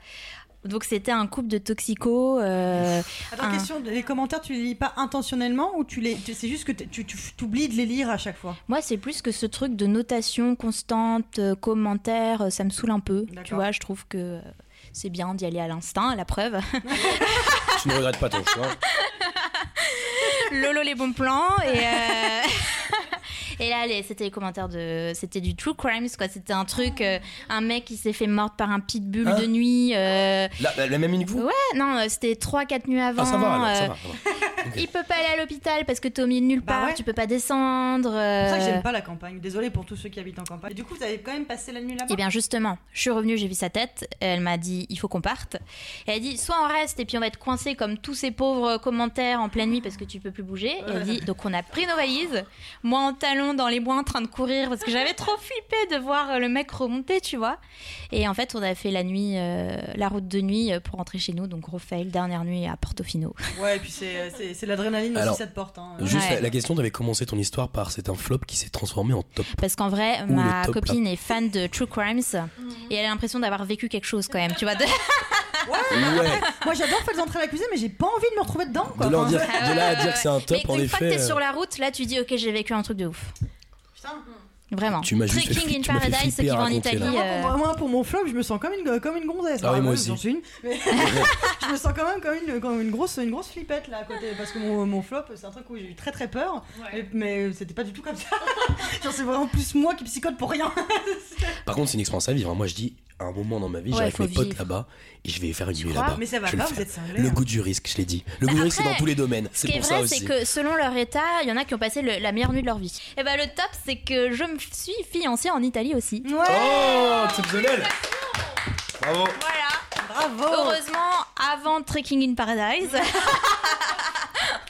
[SPEAKER 4] Donc c'était un couple de toxicos. euh,
[SPEAKER 2] Attends,
[SPEAKER 4] Ah.
[SPEAKER 2] question les commentaires, tu les lis pas intentionnellement ou tu les. tu- C'est juste que t'es- tu oublies de les lire à chaque fois
[SPEAKER 4] Moi, c'est plus que ce truc de notation constante, euh, commentaire, euh, ça me saoule un peu. Tu
[SPEAKER 2] D'accord.
[SPEAKER 4] vois, je trouve que euh, c'est bien d'y aller à l'instinct, la preuve.
[SPEAKER 3] Tu ne regrettes pas ton choix.
[SPEAKER 4] Lolo les bons plans et euh, Et là, les- c'était les commentaires de. C'était du true crimes, quoi. C'était un truc. euh, un mec qui s'est fait mordre par un pitbull
[SPEAKER 3] Hein
[SPEAKER 2] Ah.
[SPEAKER 4] de nuit. euh,
[SPEAKER 3] La, la- la même nuit que vous
[SPEAKER 4] Ouais, non, euh, c'était 3-4 nuits avant.
[SPEAKER 3] Ah, ça va, alors,
[SPEAKER 4] euh,
[SPEAKER 3] ça va. ça va.
[SPEAKER 4] Il peut pas aller à l'hôpital parce que t'es au milieu de nulle
[SPEAKER 2] Bah
[SPEAKER 4] part,
[SPEAKER 2] ouais.
[SPEAKER 4] tu peux pas descendre.
[SPEAKER 2] C'est pour ça que
[SPEAKER 4] euh,
[SPEAKER 2] j'aime pas la campagne. Désolée pour tous ceux qui habitent en campagne. Et du coup, vous avez quand même passé la nuit là-bas
[SPEAKER 4] Et Eh bien justement, je suis revenue, j'ai vu sa tête, elle m'a dit il faut qu'on parte. Et elle a dit soit on reste et puis on va être coincé comme tous ces pauvres commentaires en pleine nuit parce que tu peux plus bouger. Et elle dit donc on a pris nos valises, moi en talons dans les bois en train de courir parce que j'avais trop flippé de voir euh, le mec remonter, tu vois. Et en fait, on a fait la nuit, euh, la route de nuit euh, pour rentrer chez nous, donc gros fail, dernière nuit à Portofino.
[SPEAKER 2] Ouais, et puis c'est c'est- c'est l'adrénaline aussi,
[SPEAKER 3] Alors,
[SPEAKER 2] cette porte. Hein.
[SPEAKER 3] Juste
[SPEAKER 4] Ouais.
[SPEAKER 3] la, la question, t'avais commencé ton histoire par c'est un flop qui s'est transformé en top.
[SPEAKER 4] Parce qu'en vrai,
[SPEAKER 3] Ouh,
[SPEAKER 4] ma
[SPEAKER 3] le top, là.
[SPEAKER 4] copine est fan de True Crimes et elle a l'impression d'avoir vécu quelque chose quand même, tu vois. de-
[SPEAKER 3] Ouais,
[SPEAKER 2] Moi, j'adore faire des entrées à la cuisine, mais j'ai pas envie de me retrouver dedans. Quoi.
[SPEAKER 3] de, leur
[SPEAKER 2] Enfin,
[SPEAKER 3] dire-
[SPEAKER 4] Ah ouais,
[SPEAKER 3] de là à
[SPEAKER 4] ouais, ouais,
[SPEAKER 3] dire que c'est un top,
[SPEAKER 4] Mais
[SPEAKER 3] en
[SPEAKER 4] une fois que
[SPEAKER 3] effet.
[SPEAKER 4] t'es
[SPEAKER 3] euh,
[SPEAKER 4] sur la route, là, tu dis, ok, j'ai vécu un truc de ouf.
[SPEAKER 2] Putain.
[SPEAKER 4] Vraiment.
[SPEAKER 3] Tu m'as juste fait
[SPEAKER 4] Trekking
[SPEAKER 3] flipper,
[SPEAKER 4] in
[SPEAKER 3] tu m'as fait
[SPEAKER 4] Paradise, ceux qui
[SPEAKER 3] flipper à
[SPEAKER 4] vont en
[SPEAKER 3] raconter,
[SPEAKER 4] Italie.
[SPEAKER 3] là.
[SPEAKER 2] Moi,
[SPEAKER 4] euh,
[SPEAKER 2] pour, moi, pour mon flop, je me sens comme une, comme une gonzesse.
[SPEAKER 3] Ah oui,
[SPEAKER 2] Enfin,
[SPEAKER 3] moi
[SPEAKER 2] même, j'en
[SPEAKER 3] aussi.
[SPEAKER 2] suis une, mais je me sens quand même comme une, comme une, grosse, une grosse flippette là à côté. Parce que mon, mon flop, c'est un truc où j'ai eu très très peur.
[SPEAKER 1] Ouais.
[SPEAKER 2] et- mais c'était pas du tout comme ça. Genre, c'est vraiment plus moi qui psychote pour rien.
[SPEAKER 3] Par contre, c'est une expérience à vivre. hein. Moi, je dis, à un moment dans ma vie,
[SPEAKER 4] Ouais,
[SPEAKER 3] j'ai avec
[SPEAKER 4] faut
[SPEAKER 3] mes potes
[SPEAKER 4] vivre.
[SPEAKER 3] là-bas et je vais faire une nuit
[SPEAKER 4] crois
[SPEAKER 3] là-bas.
[SPEAKER 2] Mais ça va
[SPEAKER 3] Je vais
[SPEAKER 2] pas,
[SPEAKER 3] le
[SPEAKER 2] vous
[SPEAKER 3] faire.
[SPEAKER 2] êtes cinglés.
[SPEAKER 3] Le
[SPEAKER 2] hein.
[SPEAKER 3] goût du risque, je l'ai dit. Le goût du risque, c'est dans
[SPEAKER 4] Après,
[SPEAKER 3] tous les domaines.
[SPEAKER 4] Ce
[SPEAKER 3] C'est
[SPEAKER 4] qui est
[SPEAKER 3] pour ça
[SPEAKER 4] vrai, c'est
[SPEAKER 3] aussi.
[SPEAKER 4] que selon leur état, il y en a qui ont passé le- la meilleure nuit de leur vie. Et ben le top, c'est que je me suis fiancée en Italie aussi.
[SPEAKER 2] Ouais,
[SPEAKER 3] Oh, exceptionnel Bravo
[SPEAKER 4] Voilà.
[SPEAKER 3] Oh
[SPEAKER 2] bravo.
[SPEAKER 4] Heureusement, avant Trekking in Paradise.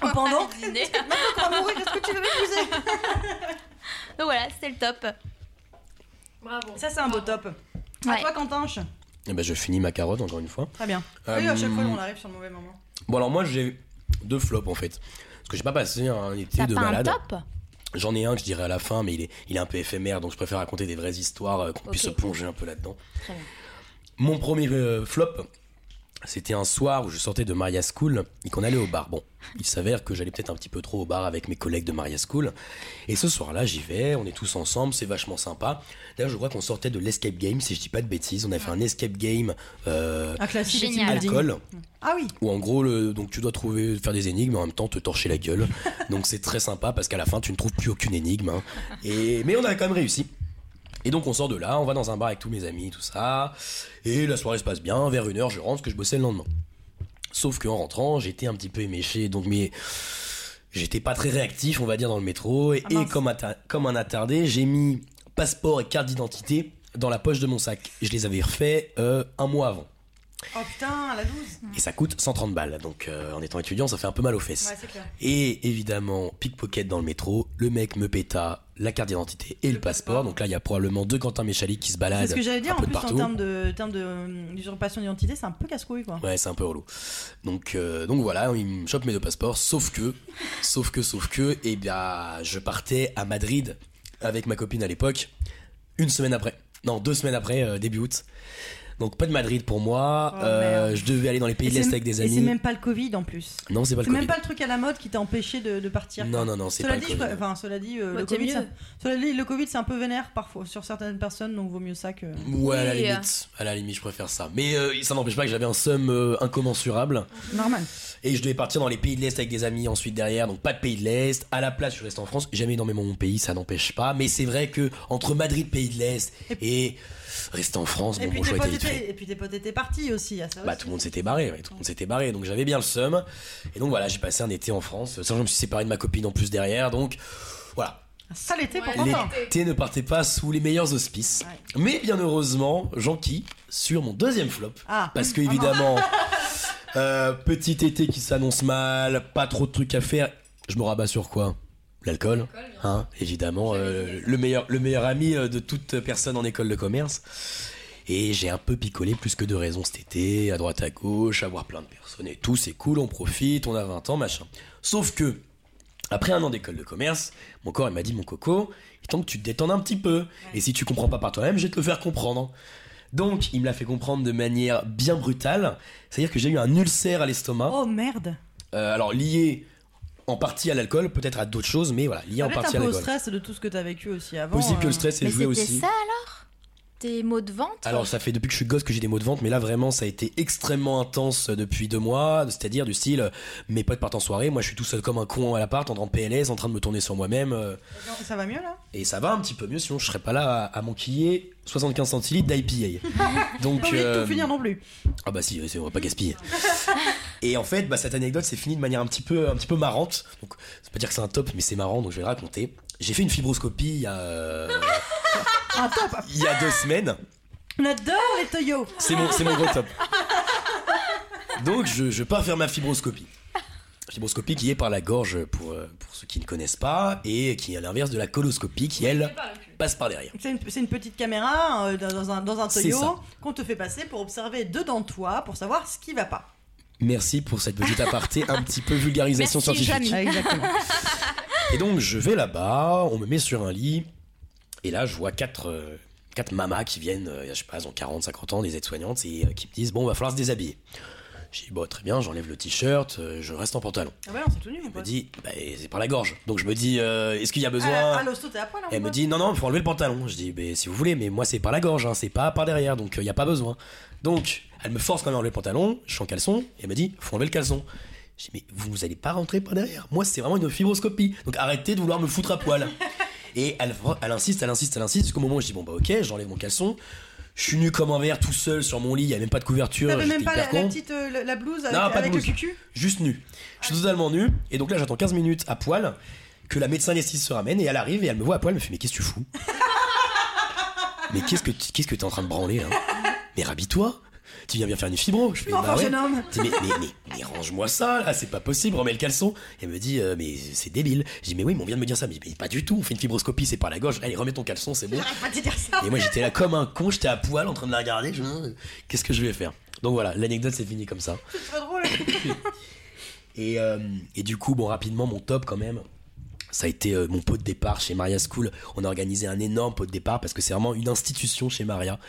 [SPEAKER 2] Ou pendant.
[SPEAKER 4] on a dîné.
[SPEAKER 2] Pour mourir, qu'est-ce que tu veux m'épouser
[SPEAKER 4] Donc voilà, c'était le top.
[SPEAKER 1] Bravo.
[SPEAKER 2] Ça, c'est un beau top. À
[SPEAKER 4] Ouais.
[SPEAKER 2] toi, Quentinche.
[SPEAKER 3] Eh ben, je finis ma carotte encore une fois.
[SPEAKER 2] Très bien.
[SPEAKER 3] Euh,
[SPEAKER 2] oui, à chaque fois, on arrive sur le mauvais moment.
[SPEAKER 3] Bon, alors moi, j'ai deux flops en fait. Parce que j'ai pas passé un été
[SPEAKER 4] T'as
[SPEAKER 3] de
[SPEAKER 4] pas un
[SPEAKER 3] malade.
[SPEAKER 4] top
[SPEAKER 3] J'en ai un que je dirais à la fin, mais il est, il est un peu éphémère, donc je préfère raconter des vraies histoires, euh, qu'on puisse se
[SPEAKER 4] Ok.
[SPEAKER 3] plonger un peu là-dedans.
[SPEAKER 4] Très bien.
[SPEAKER 3] Mon premier euh, flop, c'était un soir où je sortais de Maria School et qu'on allait au bar. Bon, il s'avère que j'allais peut-être un petit peu trop au bar avec mes collègues de Maria School. Et ce soir-là, j'y vais, on est tous ensemble, c'est vachement sympa. D'ailleurs, je crois qu'on sortait de l'escape game, si je dis pas de bêtises. On a fait un escape game euh,
[SPEAKER 2] Un classique.
[SPEAKER 4] Génial.
[SPEAKER 2] team building.
[SPEAKER 3] alcool.
[SPEAKER 2] Ah oui.
[SPEAKER 3] Ou en gros, le- donc tu dois trouver, faire des énigmes, mais en même temps te torcher la gueule. Donc c'est très sympa parce qu'à la fin, tu ne trouves plus aucune énigme. hein. Et, mais on a quand même réussi. Et donc on sort de là, on va dans un bar avec tous mes amis, tout ça. Et la soirée se passe bien. Vers une heure, je rentre parce que je bossais le lendemain. Sauf qu'en rentrant, j'étais un petit peu éméché, donc mais j'étais pas très réactif, on va dire, dans le métro. Et,
[SPEAKER 2] Ah mince.
[SPEAKER 3] et comme, atta- comme un attardé, j'ai mis passeport et carte d'identité dans la poche de mon sac. Je les avais refaits euh, un mois avant.
[SPEAKER 2] Oh putain, la 12.
[SPEAKER 3] Et ça coûte 130 balles. Donc euh, en étant étudiant, ça fait un peu mal aux fesses.
[SPEAKER 2] Ouais, c'est clair.
[SPEAKER 3] Et évidemment, pickpocket dans le métro, le mec me péta la carte d'identité et le, passeport. Donc là, il y a probablement deux Quentin Méchalik qui se
[SPEAKER 2] C'est
[SPEAKER 3] baladent.
[SPEAKER 2] ce que j'allais dire
[SPEAKER 3] un
[SPEAKER 2] en
[SPEAKER 3] peu de
[SPEAKER 2] plus en
[SPEAKER 3] partout.
[SPEAKER 2] termes de termes de euh, d'usurpation d'identité, c'est un peu casse-couille quoi.
[SPEAKER 3] Ouais, c'est un peu relou. Donc, euh, donc voilà, il me chope mes deux passeports, sauf que, sauf que, sauf que, et bien, je partais à Madrid avec ma copine à l'époque, une semaine après. Non, deux semaines après, euh, début août. Donc pas de Madrid pour moi.
[SPEAKER 2] Oh,
[SPEAKER 3] Euh,
[SPEAKER 2] merde.
[SPEAKER 3] je devais aller dans les pays
[SPEAKER 2] Et
[SPEAKER 3] de
[SPEAKER 2] c'est-
[SPEAKER 3] l'Est avec des
[SPEAKER 2] Et c'est
[SPEAKER 3] amis.
[SPEAKER 2] même pas le Covid en plus.
[SPEAKER 3] Non, c'est pas
[SPEAKER 2] C'est
[SPEAKER 3] le
[SPEAKER 2] même
[SPEAKER 3] Covid.
[SPEAKER 2] pas le truc à la mode qui t'a empêché de, de partir.
[SPEAKER 3] Non, non, non, c'est
[SPEAKER 2] Cela
[SPEAKER 3] pas le
[SPEAKER 2] dit,
[SPEAKER 3] Covid.
[SPEAKER 2] je- enfin, cela dit, euh,
[SPEAKER 4] Bah,
[SPEAKER 2] le,
[SPEAKER 4] t'es
[SPEAKER 2] COVID,
[SPEAKER 4] mieux.
[SPEAKER 2] ça- cela dit, le Covid, c'est un peu vénère parfois sur certaines personnes, donc vaut mieux ça que.
[SPEAKER 3] Ouais, à la
[SPEAKER 4] Oui.
[SPEAKER 3] limite,
[SPEAKER 2] euh.
[SPEAKER 3] à la limite, je préfère ça. Mais euh, ça n'empêche pas que j'avais un somme euh, incommensurable.
[SPEAKER 2] Normal.
[SPEAKER 3] Et je devais partir dans les pays de l'Est avec des amis ensuite derrière, donc pas de pays de l'Est. À la place, je reste en France. J'aime énormément mon pays, ça n'empêche pas. Mais c'est vrai que entre Madrid, pays de l'Est, et rester en France,
[SPEAKER 2] Et
[SPEAKER 3] bon,
[SPEAKER 2] puis,
[SPEAKER 3] mon
[SPEAKER 2] tes
[SPEAKER 3] choix était
[SPEAKER 2] potes
[SPEAKER 3] vite fait.
[SPEAKER 2] étaient, et puis tes potes étaient partis aussi à ça.
[SPEAKER 3] Bah,
[SPEAKER 2] aussi.
[SPEAKER 3] tout le monde s'était barré, ouais, tout le monde s'était barré, donc j'avais bien le seum. Et donc voilà, j'ai passé un été en France. Euh, Sachant que je me suis séparé de ma copine en plus derrière, donc voilà,
[SPEAKER 2] Un sale été pour
[SPEAKER 1] Ouais.
[SPEAKER 2] Quentin.
[SPEAKER 3] L'été ne partait pas sous les meilleurs auspices. Mais bien heureusement, Jean-Qui, sur mon deuxième flop.
[SPEAKER 2] Ah.
[SPEAKER 3] Parce que, évidemment, euh, petit été qui s'annonce mal, pas trop de trucs à faire. Je me rabats sur quoi L'alcool, hein, évidemment, euh, le, meilleur, le meilleur ami euh, de toute personne en école de commerce. Et j'ai un peu picolé plus que de raison cet été, à droite à gauche, à voir plein de personnes et tout, c'est cool, on profite, on a 20 ans, machin. Sauf que, après un an d'école de commerce, mon corps il m'a dit mon coco, il temps que tu te détendes un petit peu. Et si tu comprends pas par toi-même, je vais te le faire comprendre. Donc il me l'a fait comprendre de manière bien brutale, c'est-à-dire que j'ai eu un ulcère à l'estomac,
[SPEAKER 2] Oh merde.
[SPEAKER 3] Euh, alors lié en partie à l'alcool, peut-être à d'autres choses, mais voilà, lié en
[SPEAKER 2] Peut-être
[SPEAKER 3] partie
[SPEAKER 2] un
[SPEAKER 3] à
[SPEAKER 2] peu au
[SPEAKER 3] l'alcool.
[SPEAKER 2] stress de tout ce que t'as vécu aussi avant.
[SPEAKER 3] Possible que
[SPEAKER 2] euh,
[SPEAKER 3] le stress ait
[SPEAKER 4] Mais
[SPEAKER 3] joué
[SPEAKER 4] c'était
[SPEAKER 3] aussi.
[SPEAKER 4] ça alors tes mots de vente
[SPEAKER 3] Alors ça fait depuis que je suis gosse que j'ai des mots de vente, mais là vraiment ça a été extrêmement intense euh, depuis deux mois, c'est-à-dire du style euh, mes potes partent en soirée, moi je suis tout seul comme un con à l'appart, en train de PLS, en train de me tourner sur moi-même, euh,
[SPEAKER 2] Ça va mieux là
[SPEAKER 3] et ça va un petit peu mieux sinon je serais pas là à, à manquiller 75 centilitres d'IPA. Donc
[SPEAKER 2] Pas envie de
[SPEAKER 3] euh,
[SPEAKER 2] tout finir non plus.
[SPEAKER 3] ah bah si, on va pas gaspiller. et en fait bah, cette anecdote c'est fini de manière un petit peu un petit peu marrante, donc c'est pas dire que c'est un top mais c'est marrant donc je vais le raconter. J'ai fait une fibroscopie il y a, euh,
[SPEAKER 2] Un Ah, top
[SPEAKER 3] il y a deux semaines.
[SPEAKER 2] On adore les Toyo
[SPEAKER 3] C'est mon, c'est mon gros top. Donc, je, je pars faire ma fibroscopie. Fibroscopie qui est par la gorge pour, euh, pour ceux qui ne connaissent pas et qui est à l'inverse de la coloscopie qui, elle, passe par derrière.
[SPEAKER 2] C'est une, c'est une petite caméra euh, dans, dans un, dans un
[SPEAKER 3] C'est
[SPEAKER 2] Toyo
[SPEAKER 3] ça.
[SPEAKER 2] qu'on te fait passer pour observer dedans de toi, pour savoir ce qui va pas.
[SPEAKER 3] Merci pour cette petite aparté un petit peu vulgarisation
[SPEAKER 4] Merci,
[SPEAKER 3] scientifique.
[SPEAKER 4] Jamy.
[SPEAKER 2] exactement.
[SPEAKER 3] Et donc, je vais là-bas, on me met sur un lit et là, je vois quatre, euh, quatre mamas qui viennent, euh, je sais pas, elles ont 40, 50 ans, des aides-soignantes et euh, qui me disent Bon, va falloir se déshabiller. J'ai dit Bon, très bien, j'enlève le t-shirt, euh, je reste en pantalon.
[SPEAKER 2] ah ouais, on s'est tout nu, mon
[SPEAKER 3] Elle me
[SPEAKER 2] pote.
[SPEAKER 3] dit, bah, c'est par la gorge. Donc je me dis, euh, est-ce qu'il y a besoin
[SPEAKER 2] Ah, à l'hosto, t'es à poil, hein,
[SPEAKER 3] Elle
[SPEAKER 2] mon
[SPEAKER 3] me
[SPEAKER 2] pote
[SPEAKER 3] dit, non, non, faut enlever le pantalon. Je dis, bah, si vous voulez, mais moi c'est par la gorge, hein, c'est pas par derrière, donc il n'y a pas besoin. Donc elle me force quand même à enlever le pantalon, je suis en caleçon, et elle me dit, faut enlever le caleçon. Je dis, mais vous n'allez pas rentrer par derrière. Moi c'est vraiment une fibroscopie, donc arrêtez de vouloir me foutre à poil. et elle, elle insiste, elle insiste, elle insiste, jusqu'au moment où je dis, bon bah ok, j'enlève mon caleçon. Je suis nu comme un verre tout seul sur mon lit, il n'y a même pas de couverture.
[SPEAKER 2] T'avais
[SPEAKER 3] j'étais
[SPEAKER 2] même pas la,
[SPEAKER 3] hyper
[SPEAKER 2] la
[SPEAKER 3] con.
[SPEAKER 2] petite euh, la, la blouse avec,
[SPEAKER 3] Non, pas de
[SPEAKER 2] avec
[SPEAKER 3] blouse.
[SPEAKER 2] le cucu
[SPEAKER 3] juste nu. Je suis totalement nu, et donc là j'attends 15 minutes à poil que la médecin anesthésiste se ramène, et elle arrive et elle me voit à poil, elle me fait Mais qu'est-ce que tu fous Mais qu'est-ce que tu- qu'est-ce que t'es en train de branler là Mais rhabille-toi Tu viens bien faire une fibro Je fais,
[SPEAKER 2] Mais enfin,
[SPEAKER 3] Bah ouais.
[SPEAKER 2] jeune homme.
[SPEAKER 3] Je dis, Mais, mais, mais- mais range-moi ça là, c'est pas possible, remets le caleçon Et elle me dit Euh, Mais c'est débile. Je dis Mais oui, mais on vient de me dire ça, mais, mais pas du tout, on fait une fibroscopie, c'est par la gorge, allez remets ton caleçon, c'est bon.
[SPEAKER 2] J'arrête pas de te dire Ah, ça
[SPEAKER 3] Et moi j'étais là comme un con, j'étais à poil en train de la regarder, je me dis, euh, Qu'est-ce que je vais faire Donc voilà, l'anecdote c'est fini comme ça.
[SPEAKER 2] C'est très drôle Ah,
[SPEAKER 3] Et, euh, et du coup, bon, rapidement, mon top quand même. Ça a été euh, mon pot de départ chez Maria School. On a organisé un énorme pot de départ parce que c'est vraiment une institution chez Maria.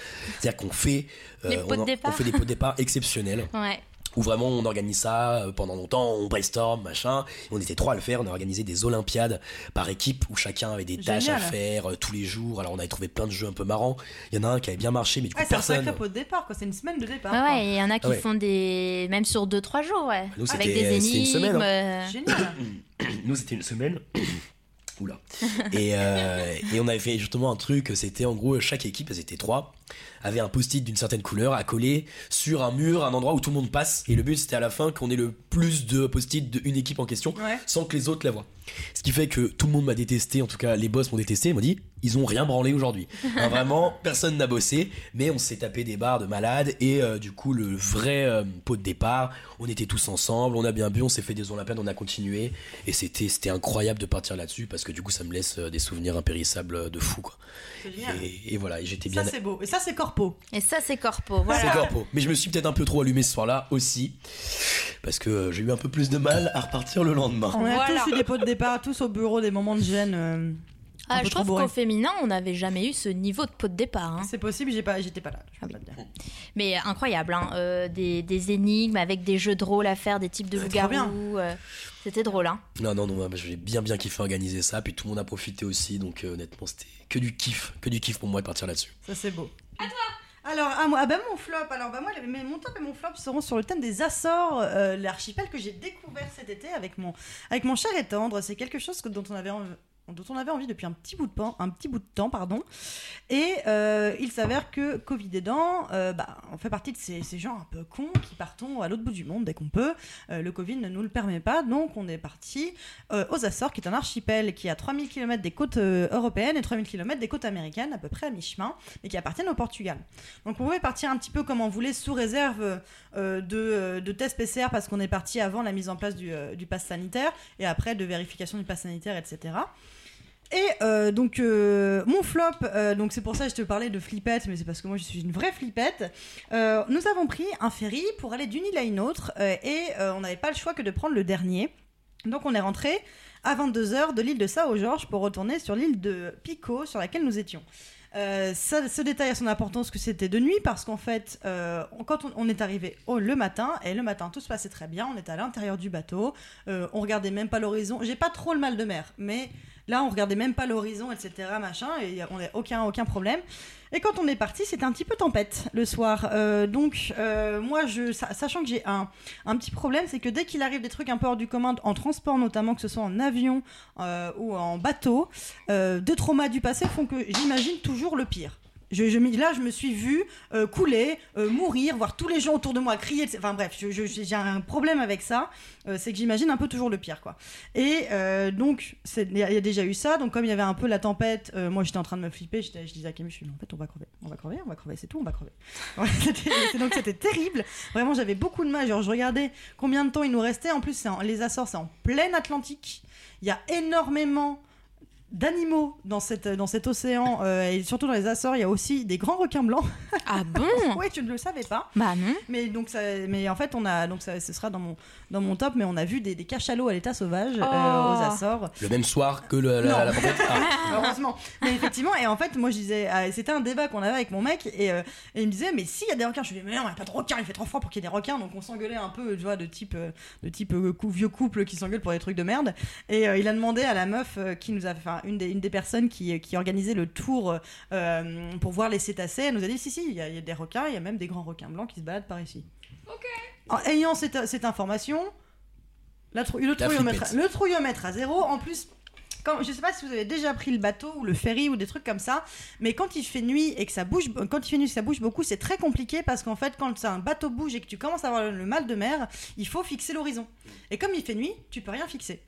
[SPEAKER 3] C'est-à-dire qu'on fait, euh,
[SPEAKER 4] Les pots
[SPEAKER 3] on,
[SPEAKER 4] de
[SPEAKER 3] en-
[SPEAKER 4] départ.
[SPEAKER 3] on fait des pots de départ exceptionnels
[SPEAKER 4] Ouais.
[SPEAKER 3] où vraiment on organise ça euh, pendant longtemps, on brainstorm, machin. On était trois à le faire. On a organisé des Olympiades par équipe où chacun avait des tâches à
[SPEAKER 2] Génial.
[SPEAKER 3] faire euh, tous les jours. Alors on avait trouvé plein de jeux un peu marrants. Il y en a un qui avait bien marché, mais du coup
[SPEAKER 2] Ah, c'est un
[SPEAKER 3] personne.
[SPEAKER 2] sacré pot de départ, quoi. C'est une semaine de départ.
[SPEAKER 4] Ouais,
[SPEAKER 2] quoi.
[SPEAKER 4] ouais, il y en a qui
[SPEAKER 3] Ah ouais. Ah,
[SPEAKER 4] font des. même sur 2-3 jours, ouais.
[SPEAKER 3] Nous,
[SPEAKER 4] Avec
[SPEAKER 3] c'était-
[SPEAKER 4] des
[SPEAKER 3] c'était
[SPEAKER 4] énigmes.
[SPEAKER 3] une semaine, hein.
[SPEAKER 4] euh,
[SPEAKER 2] Génial.
[SPEAKER 3] Nous, c'était une semaine. Oula. Et, euh, et on avait fait justement un truc, c'était en gros chaque équipe, elles étaient trois, avait un post-it d'une certaine couleur à coller sur un mur, un endroit où tout le monde passe. Et le but, c'était à la fin qu'on ait le plus de post-it d'une équipe en question
[SPEAKER 2] Ouais.
[SPEAKER 3] sans que les autres la voient. Ce qui fait que tout le monde m'a détesté, en tout cas les boss m'ont détesté, ils m'ont dit ils ont rien branlé aujourd'hui. Hein, vraiment, personne n'a bossé, mais on s'est tapé des barres de malades et euh, du coup le vrai euh, pot de départ, on était tous ensemble, on a bien bu, on s'est fait des olympiades, on a continué et c'était c'était incroyable de partir là-dessus parce que du coup ça me laisse euh, des souvenirs impérissables euh, de fou quoi.
[SPEAKER 2] C'est génial.
[SPEAKER 3] Et, et voilà, et j'étais bien
[SPEAKER 2] Ça, c'est beau. Et ça, c'est corpo.
[SPEAKER 4] Et ça, c'est corpo. Voilà.
[SPEAKER 3] c'est corpo. Mais je me suis peut-être un peu trop allumé ce soir-là aussi, parce que euh, j'ai eu un peu plus de mal à repartir le lendemain.
[SPEAKER 2] On a
[SPEAKER 4] Voilà.
[SPEAKER 2] tous eu des pots de départ, tous au bureau, des moments de gêne. euh, un
[SPEAKER 4] Ah,
[SPEAKER 2] peu
[SPEAKER 4] je
[SPEAKER 2] trop
[SPEAKER 4] trouve
[SPEAKER 2] bourrés.
[SPEAKER 4] qu'au féminin, on n'avait jamais eu ce niveau de pot de départ. hein.
[SPEAKER 2] C'est possible, j'ai pas, j'étais pas là. Je peux
[SPEAKER 4] Ah
[SPEAKER 2] pas te dire.
[SPEAKER 4] Mais euh, incroyable, hein. euh, des, des énigmes avec des jeux de rôle à faire, des types de
[SPEAKER 2] Ouais, trop
[SPEAKER 4] loups-garous. euh, C'était drôle, hein.
[SPEAKER 3] Non, non, non, bah, j'ai bien bien kiffé organiser ça, puis tout le monde a profité aussi, donc euh, honnêtement, c'était que du kiff, que du kiff pour moi de partir là-dessus.
[SPEAKER 2] Ça, c'est beau. Alors, à moi, ah bah mon flop. Alors, bah moi, les- mes- mon top et mon flop seront sur le thème des Açores, euh, l'archipel que j'ai découvert cet été avec mon, avec mon cher et tendre. C'est quelque chose que, dont on avait envie dont on avait envie depuis un petit bout de temps, un petit bout de temps pardon. Et euh, il s'avère que Covid aidant, euh, bah, on fait partie de ces, ces gens un peu cons qui partons à l'autre bout du monde dès qu'on peut. Euh, le Covid ne nous le permet pas, donc on est parti euh, aux Açores, qui est un archipel qui est à 3000 km des côtes euh, européennes et 3000 km des côtes américaines, à peu près à mi-chemin, et qui appartiennent au Portugal. Donc on pouvait partir un petit peu comme on voulait, sous réserve euh, de, euh, de tests PCR, parce qu'on est parti avant la mise en place du, euh, du pass sanitaire, et après de vérification du pass sanitaire, etc. Et euh, donc euh, mon flop, euh, donc c'est pour ça que je te parlais de flippette, mais c'est parce que moi je suis une vraie flippette. Euh, nous avons pris un ferry pour aller d'une île à une autre euh, et euh, on n'avait pas le choix que de prendre le dernier. Donc on est rentré à 22h de l'île de Sao George pour retourner sur l'île de Pico sur laquelle nous étions. Euh, ça- ce détail a son importance que c'était de nuit parce qu'en fait, euh, on- quand on, on est arrivé au- le matin, et le matin tout se passait très bien, on était à l'intérieur du bateau, euh, on regardait même pas l'horizon. J'ai pas trop le mal de mer, mais Là, on regardait même pas l'horizon, etc. Machin, et y a- on n'a aucun, aucun problème. Et quand on est parti, c'était un petit peu tempête le soir. Euh, donc, euh, moi, je, sa- sachant que j'ai un, un petit problème, c'est que dès qu'il arrive des trucs un peu hors du commun, en transport notamment, que ce soit en avion euh, ou en bateau, euh, deux traumas du passé font que j'imagine toujours le pire. Je, je m'y- là, je me suis vue euh, couler, euh, mourir, voir tous les gens autour de moi crier. etc. Enfin bref, je- je- j'ai un problème avec ça. euh, c'est que j'imagine un peu toujours le pire, quoi. Et euh, donc, c'est- il y, a il y a déjà eu ça. Donc, comme il y avait un peu la tempête, euh, moi j'étais en train de me flipper. j'étais- Je disais à Camille, je suis là, en fait, on va crever, on va crever, on va crever, c'est tout, on va crever. Voilà, c'était- c'est- donc, c'était terrible. Vraiment, j'avais beaucoup de mal. Genre, je regardais combien de temps il nous restait. En plus, c'est en- les Açores, c'est en plein Atlantique. Il y a énormément d'animaux dans, cette, dans cet océan euh, et surtout dans les Açores, il y a aussi des grands requins blancs.
[SPEAKER 4] Ah bon
[SPEAKER 2] Oui, tu ne le savais pas.
[SPEAKER 4] Bah non.
[SPEAKER 2] Mais donc ça, mais en fait, on a donc ça, ce sera dans mon dans mon top, mais on a vu des, des cachalots à l'état sauvage euh,
[SPEAKER 4] Oh.
[SPEAKER 2] aux Açores.
[SPEAKER 3] Le même soir que le- la,
[SPEAKER 2] Non.
[SPEAKER 3] la tempête. Ah.
[SPEAKER 2] Heureusement. Mais effectivement, et en fait, moi je disais, ah, c'était un débat qu'on avait avec mon mec, et, euh, et il me disait, mais s'il y a des requins, je lui dis, mais non, il n'y a pas de requins, il fait trop froid pour qu'il y ait des requins, donc on s'engueulait un peu, tu vois, de type, euh, de type euh, cou- vieux couple qui s'engueule pour des trucs de merde. Et euh, il a demandé à la meuf euh, qui nous a fait, enfin, une des, une des personnes qui, qui organisait le tour euh, pour voir les cétacés, elle nous a dit, si, si, il y, a il y a des requins, il y a même des grands requins blancs qui se baladent par ici. Ok. En ayant cette, cette information, la trou- le, trouillomètre,
[SPEAKER 3] flippette.
[SPEAKER 2] le trouillomètre à zéro, en plus, quand, je sais pas si vous avez déjà pris le bateau ou le ferry ou des trucs comme ça, mais quand il fait nuit et que ça bouge, quand il fait nuit et que ça bouge beaucoup, c'est très compliqué parce qu'en fait, quand un bateau bouge et que tu commences à avoir le, le mal de mer, il faut fixer l'horizon. Et comme il fait nuit, tu peux rien fixer.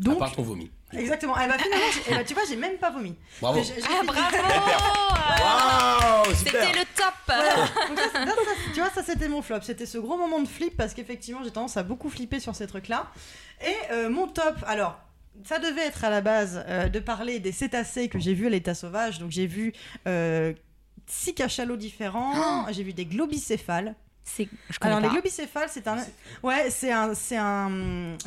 [SPEAKER 3] À
[SPEAKER 2] Donc,
[SPEAKER 3] part ton vomi.
[SPEAKER 2] exactement. Eh ben, finalement, j'ai- eh ben, tu vois, j'ai même pas vomi.
[SPEAKER 3] Bravo.
[SPEAKER 2] Mais j'ai- j'ai
[SPEAKER 4] Ah
[SPEAKER 2] fait-
[SPEAKER 4] bravo
[SPEAKER 3] Waouh, super.
[SPEAKER 4] C'était le top
[SPEAKER 2] Donc ça, c'est- non, ça, c'est- tu vois, ça c'était mon flop. C'était ce gros moment de flip parce qu'effectivement, j'ai tendance à beaucoup flipper sur ces trucs-là. Et euh, mon top, alors. Ça devait être à la base euh, de parler des cétacés que j'ai vus à l'état sauvage. Donc j'ai vu euh, six cachalots différents, j'ai vu des globicéphales.
[SPEAKER 4] C'est- Je connais
[SPEAKER 2] Alors les
[SPEAKER 4] pas.
[SPEAKER 2] globicéphales, c'est un, ouais, c'est un, c'est un,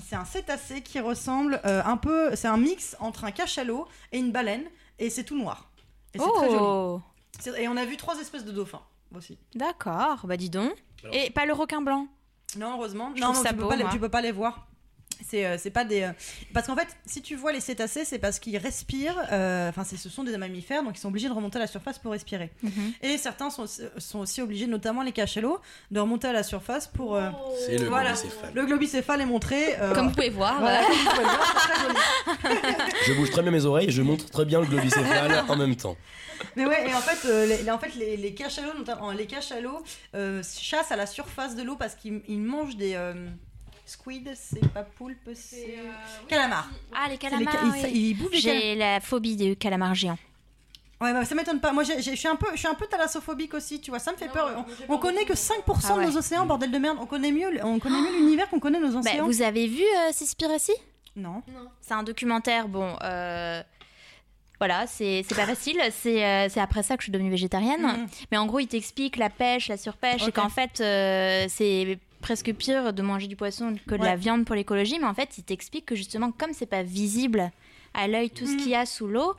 [SPEAKER 2] c'est un cétacé qui ressemble euh, un peu, c'est un mix entre un cachalot et une baleine, et c'est tout noir. Et c'est très joli.
[SPEAKER 4] Oh
[SPEAKER 2] C'est- Et on a vu trois espèces de dauphins aussi.
[SPEAKER 4] D'accord, bah dis donc.
[SPEAKER 3] Alors-
[SPEAKER 4] Et pas le requin blanc.
[SPEAKER 2] Non, heureusement.
[SPEAKER 4] Je
[SPEAKER 2] Non,
[SPEAKER 4] trouve
[SPEAKER 2] non,
[SPEAKER 4] ça
[SPEAKER 2] tu, peux
[SPEAKER 4] beau,
[SPEAKER 2] pas les,
[SPEAKER 4] moi.
[SPEAKER 2] tu peux pas les voir. C'est euh, c'est pas des. euh, Parce qu'en fait, si tu vois les cétacés, c'est parce qu'ils respirent. euh, Enfin, c'est- ce sont des mammifères, donc ils sont obligés de remonter à la surface pour respirer.
[SPEAKER 4] Mhm.
[SPEAKER 2] Et certains sont, sont aussi obligés, notamment les cachalots, de remonter à la surface pour. euh,
[SPEAKER 3] C'est le
[SPEAKER 2] Voilà.
[SPEAKER 3] globicéphale.
[SPEAKER 2] Le globicéphale est montré. euh,
[SPEAKER 4] Oh. Comme vous pouvez voir,
[SPEAKER 2] voilà,
[SPEAKER 4] euh,
[SPEAKER 2] comme vous pouvez le voir, c'est très joli.
[SPEAKER 3] Je bouge très bien mes oreilles, je montre très bien le globicéphale en même temps.
[SPEAKER 2] Mais ouais, et en fait, euh, les, les- en fait les, les cachalots, notamment, les cachalots euh, chassent à la surface de l'eau parce qu'ils ils mangent des euh, squids, c'est pas poulpe, c'est. Calamar.
[SPEAKER 4] Ah, les
[SPEAKER 2] C'est les ca-
[SPEAKER 4] calamars.
[SPEAKER 2] ils-
[SPEAKER 4] euh, oui.
[SPEAKER 2] ils bouffent des calamars.
[SPEAKER 4] J'ai la phobie des calamars géants.
[SPEAKER 2] Ouais, bah, ça m'étonne pas. Moi, j'ai- j'ai- je suis un peu, je suis un peu thalassophobique aussi, tu vois. Ça me fait
[SPEAKER 5] Non,
[SPEAKER 2] peur.
[SPEAKER 5] moi,
[SPEAKER 2] On-
[SPEAKER 5] j'ai
[SPEAKER 2] On,
[SPEAKER 5] peur
[SPEAKER 2] connaît
[SPEAKER 5] aussi.
[SPEAKER 2] que 5%
[SPEAKER 4] Ah
[SPEAKER 2] de
[SPEAKER 4] ouais.
[SPEAKER 2] nos océans, bordel de merde. On connaît mieux, le- on connaît mieux l'univers qu'on connaît nos
[SPEAKER 4] Bah,
[SPEAKER 2] océans.
[SPEAKER 4] vous avez vu euh, Seaspiracy
[SPEAKER 2] Non.
[SPEAKER 4] C'est un documentaire, bon, euh, voilà, c'est c'est pas facile. C'est euh, c'est après ça que je suis devenue végétarienne.
[SPEAKER 2] Mhm.
[SPEAKER 4] Mais en gros, il t'explique la pêche, la surpêche, et
[SPEAKER 2] Ok.
[SPEAKER 4] qu'en fait, euh, c'est presque pire de manger du poisson que de
[SPEAKER 2] Ouais.
[SPEAKER 4] la viande pour l'écologie. Mais en fait, il t'explique que justement, comme c'est pas visible à l'œil tout
[SPEAKER 2] Mm.
[SPEAKER 4] ce qu'il y a sous l'eau,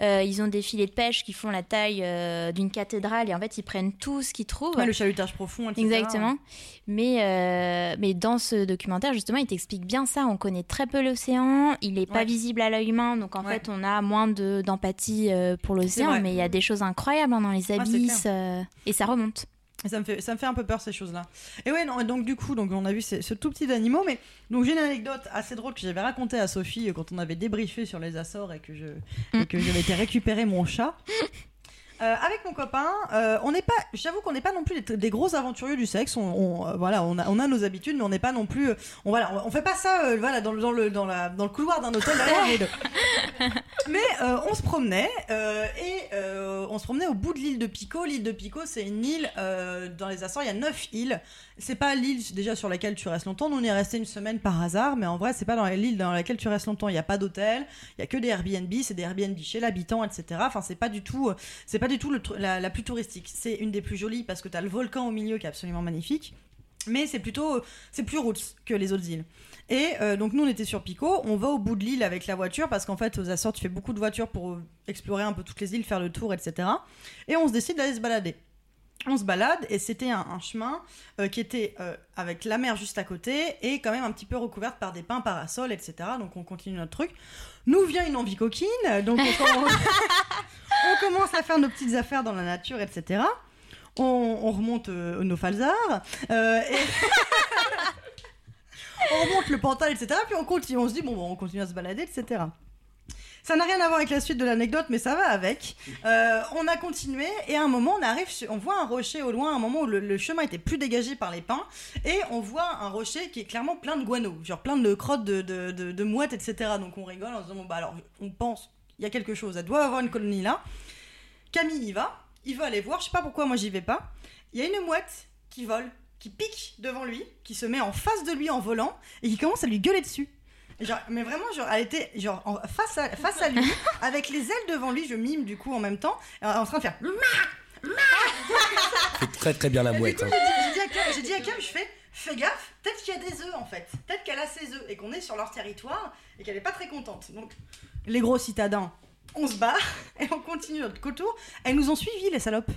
[SPEAKER 4] euh, ils ont des filets de pêche qui font la taille euh, d'une cathédrale, et en fait, ils prennent tout ce qu'ils trouvent.
[SPEAKER 2] Ouais, le chalutage profond, etc.
[SPEAKER 4] Exactement. Mais, euh, mais dans ce documentaire, justement, il t'explique bien ça. On connaît très peu l'océan, il n'est pas
[SPEAKER 2] Ouais.
[SPEAKER 4] visible à l'œil humain, donc en
[SPEAKER 2] Ouais.
[SPEAKER 4] fait, on a moins de- d'empathie euh, pour l'océan,
[SPEAKER 2] vrai. Ah,
[SPEAKER 4] mais il y a des choses incroyables hein, dans les
[SPEAKER 2] c'est
[SPEAKER 4] abysses, euh, et ça remonte.
[SPEAKER 2] Et ça me fait, ça me fait un peu peur ces choses-là. Et ouais, non, et donc du coup, donc on a vu ces- ce tout petit animal, mais donc j'ai une anecdote assez drôle que j'avais racontée à Sophie euh, quand on avait débriefé sur les Açores et que je, et que j'avais été récupérer mon chat. Euh, avec mon copain, euh, on n'est pas, j'avoue qu'on n'est pas non plus des, des gros aventuriers du sexe. On, on, euh, voilà, on a, on a nos habitudes, mais on n'est pas non plus, euh, on voilà, on, on fait pas ça, euh, voilà, dans le dans le dans la dans le couloir d'un hôtel. derrière les deux. mais euh, on se promenait euh, et euh, on se promenait au bout de l'île de Pico. L'île de Pico, c'est une île euh, dans les Açores. Il y a neuf îles. C'est pas l'île déjà sur laquelle tu restes longtemps. Nous, on est resté une semaine par hasard, mais en vrai, c'est pas dans l'île dans laquelle tu restes longtemps. Il n'y a pas d'hôtel il y a que des Airbnb, c'est des Airbnb chez l'habitant, etc. Enfin, c'est pas du tout, euh, c'est pas du tout le tru- la, la plus touristique. C'est une des plus jolies parce que t'as le volcan au milieu qui est absolument magnifique. Mais c'est plutôt, euh, c'est plus roots que les autres îles. Et euh, donc nous on était sur Pico, on va au bout de l'île avec la voiture parce qu'en fait aux Açores tu fais beaucoup de voitures pour euh, explorer un peu toutes les îles, faire le tour, etc. Et on se décide d'aller se balader. on se balade et c'était un, un chemin euh, qui était euh, avec la mer juste à côté et quand même un petit peu recouverte par des pins, parasols, etc. Donc on continue notre truc. Nous vient une envie coquine, donc on, com- on commence à faire nos petites affaires dans la nature, etc. On, on remonte euh, nos falzars euh, et on remonte le pantal, etc. Puis on continue, on se dit bon, bon, on continue à se balader, etc. Ça n'a rien à voir avec la suite de l'anecdote, mais ça va avec. Euh, on a continué et à un moment on arrive, sur- on voit un rocher au loin, un moment où le, le chemin était plus dégagé par les pins et on voit un rocher qui est clairement plein de guano, genre plein de crottes de, de, de- de mouettes, etc. Donc on rigole en se disant bon bah alors on pense il y a quelque chose, elle doit avoir une colonie là. Camille y va, il veut aller voir, je sais pas pourquoi moi j'y vais pas. Il y a une mouette qui vole, qui pique devant lui, qui se met en face de lui en volant et qui commence à lui gueuler dessus. Genre, mais vraiment, genre, elle était genre en- face à face à lui, avec les ailes devant lui. Je mime du coup en même temps, euh, en train de faire.
[SPEAKER 3] Fait très très bien la
[SPEAKER 2] Et du
[SPEAKER 3] mouette.
[SPEAKER 2] coup,
[SPEAKER 3] hein.
[SPEAKER 2] j'ai dit- j'ai dit à Cam, j'ai dit à Cam, je fais, fais gaffe, peut-être qu'il y a des œufs en fait, peut-être qu'elle a ses œufs et qu'on est sur leur territoire et qu'elle est pas très contente. Donc les gros citadins, on se barre et on continue notre tour. Elles nous ont suivis les salopes.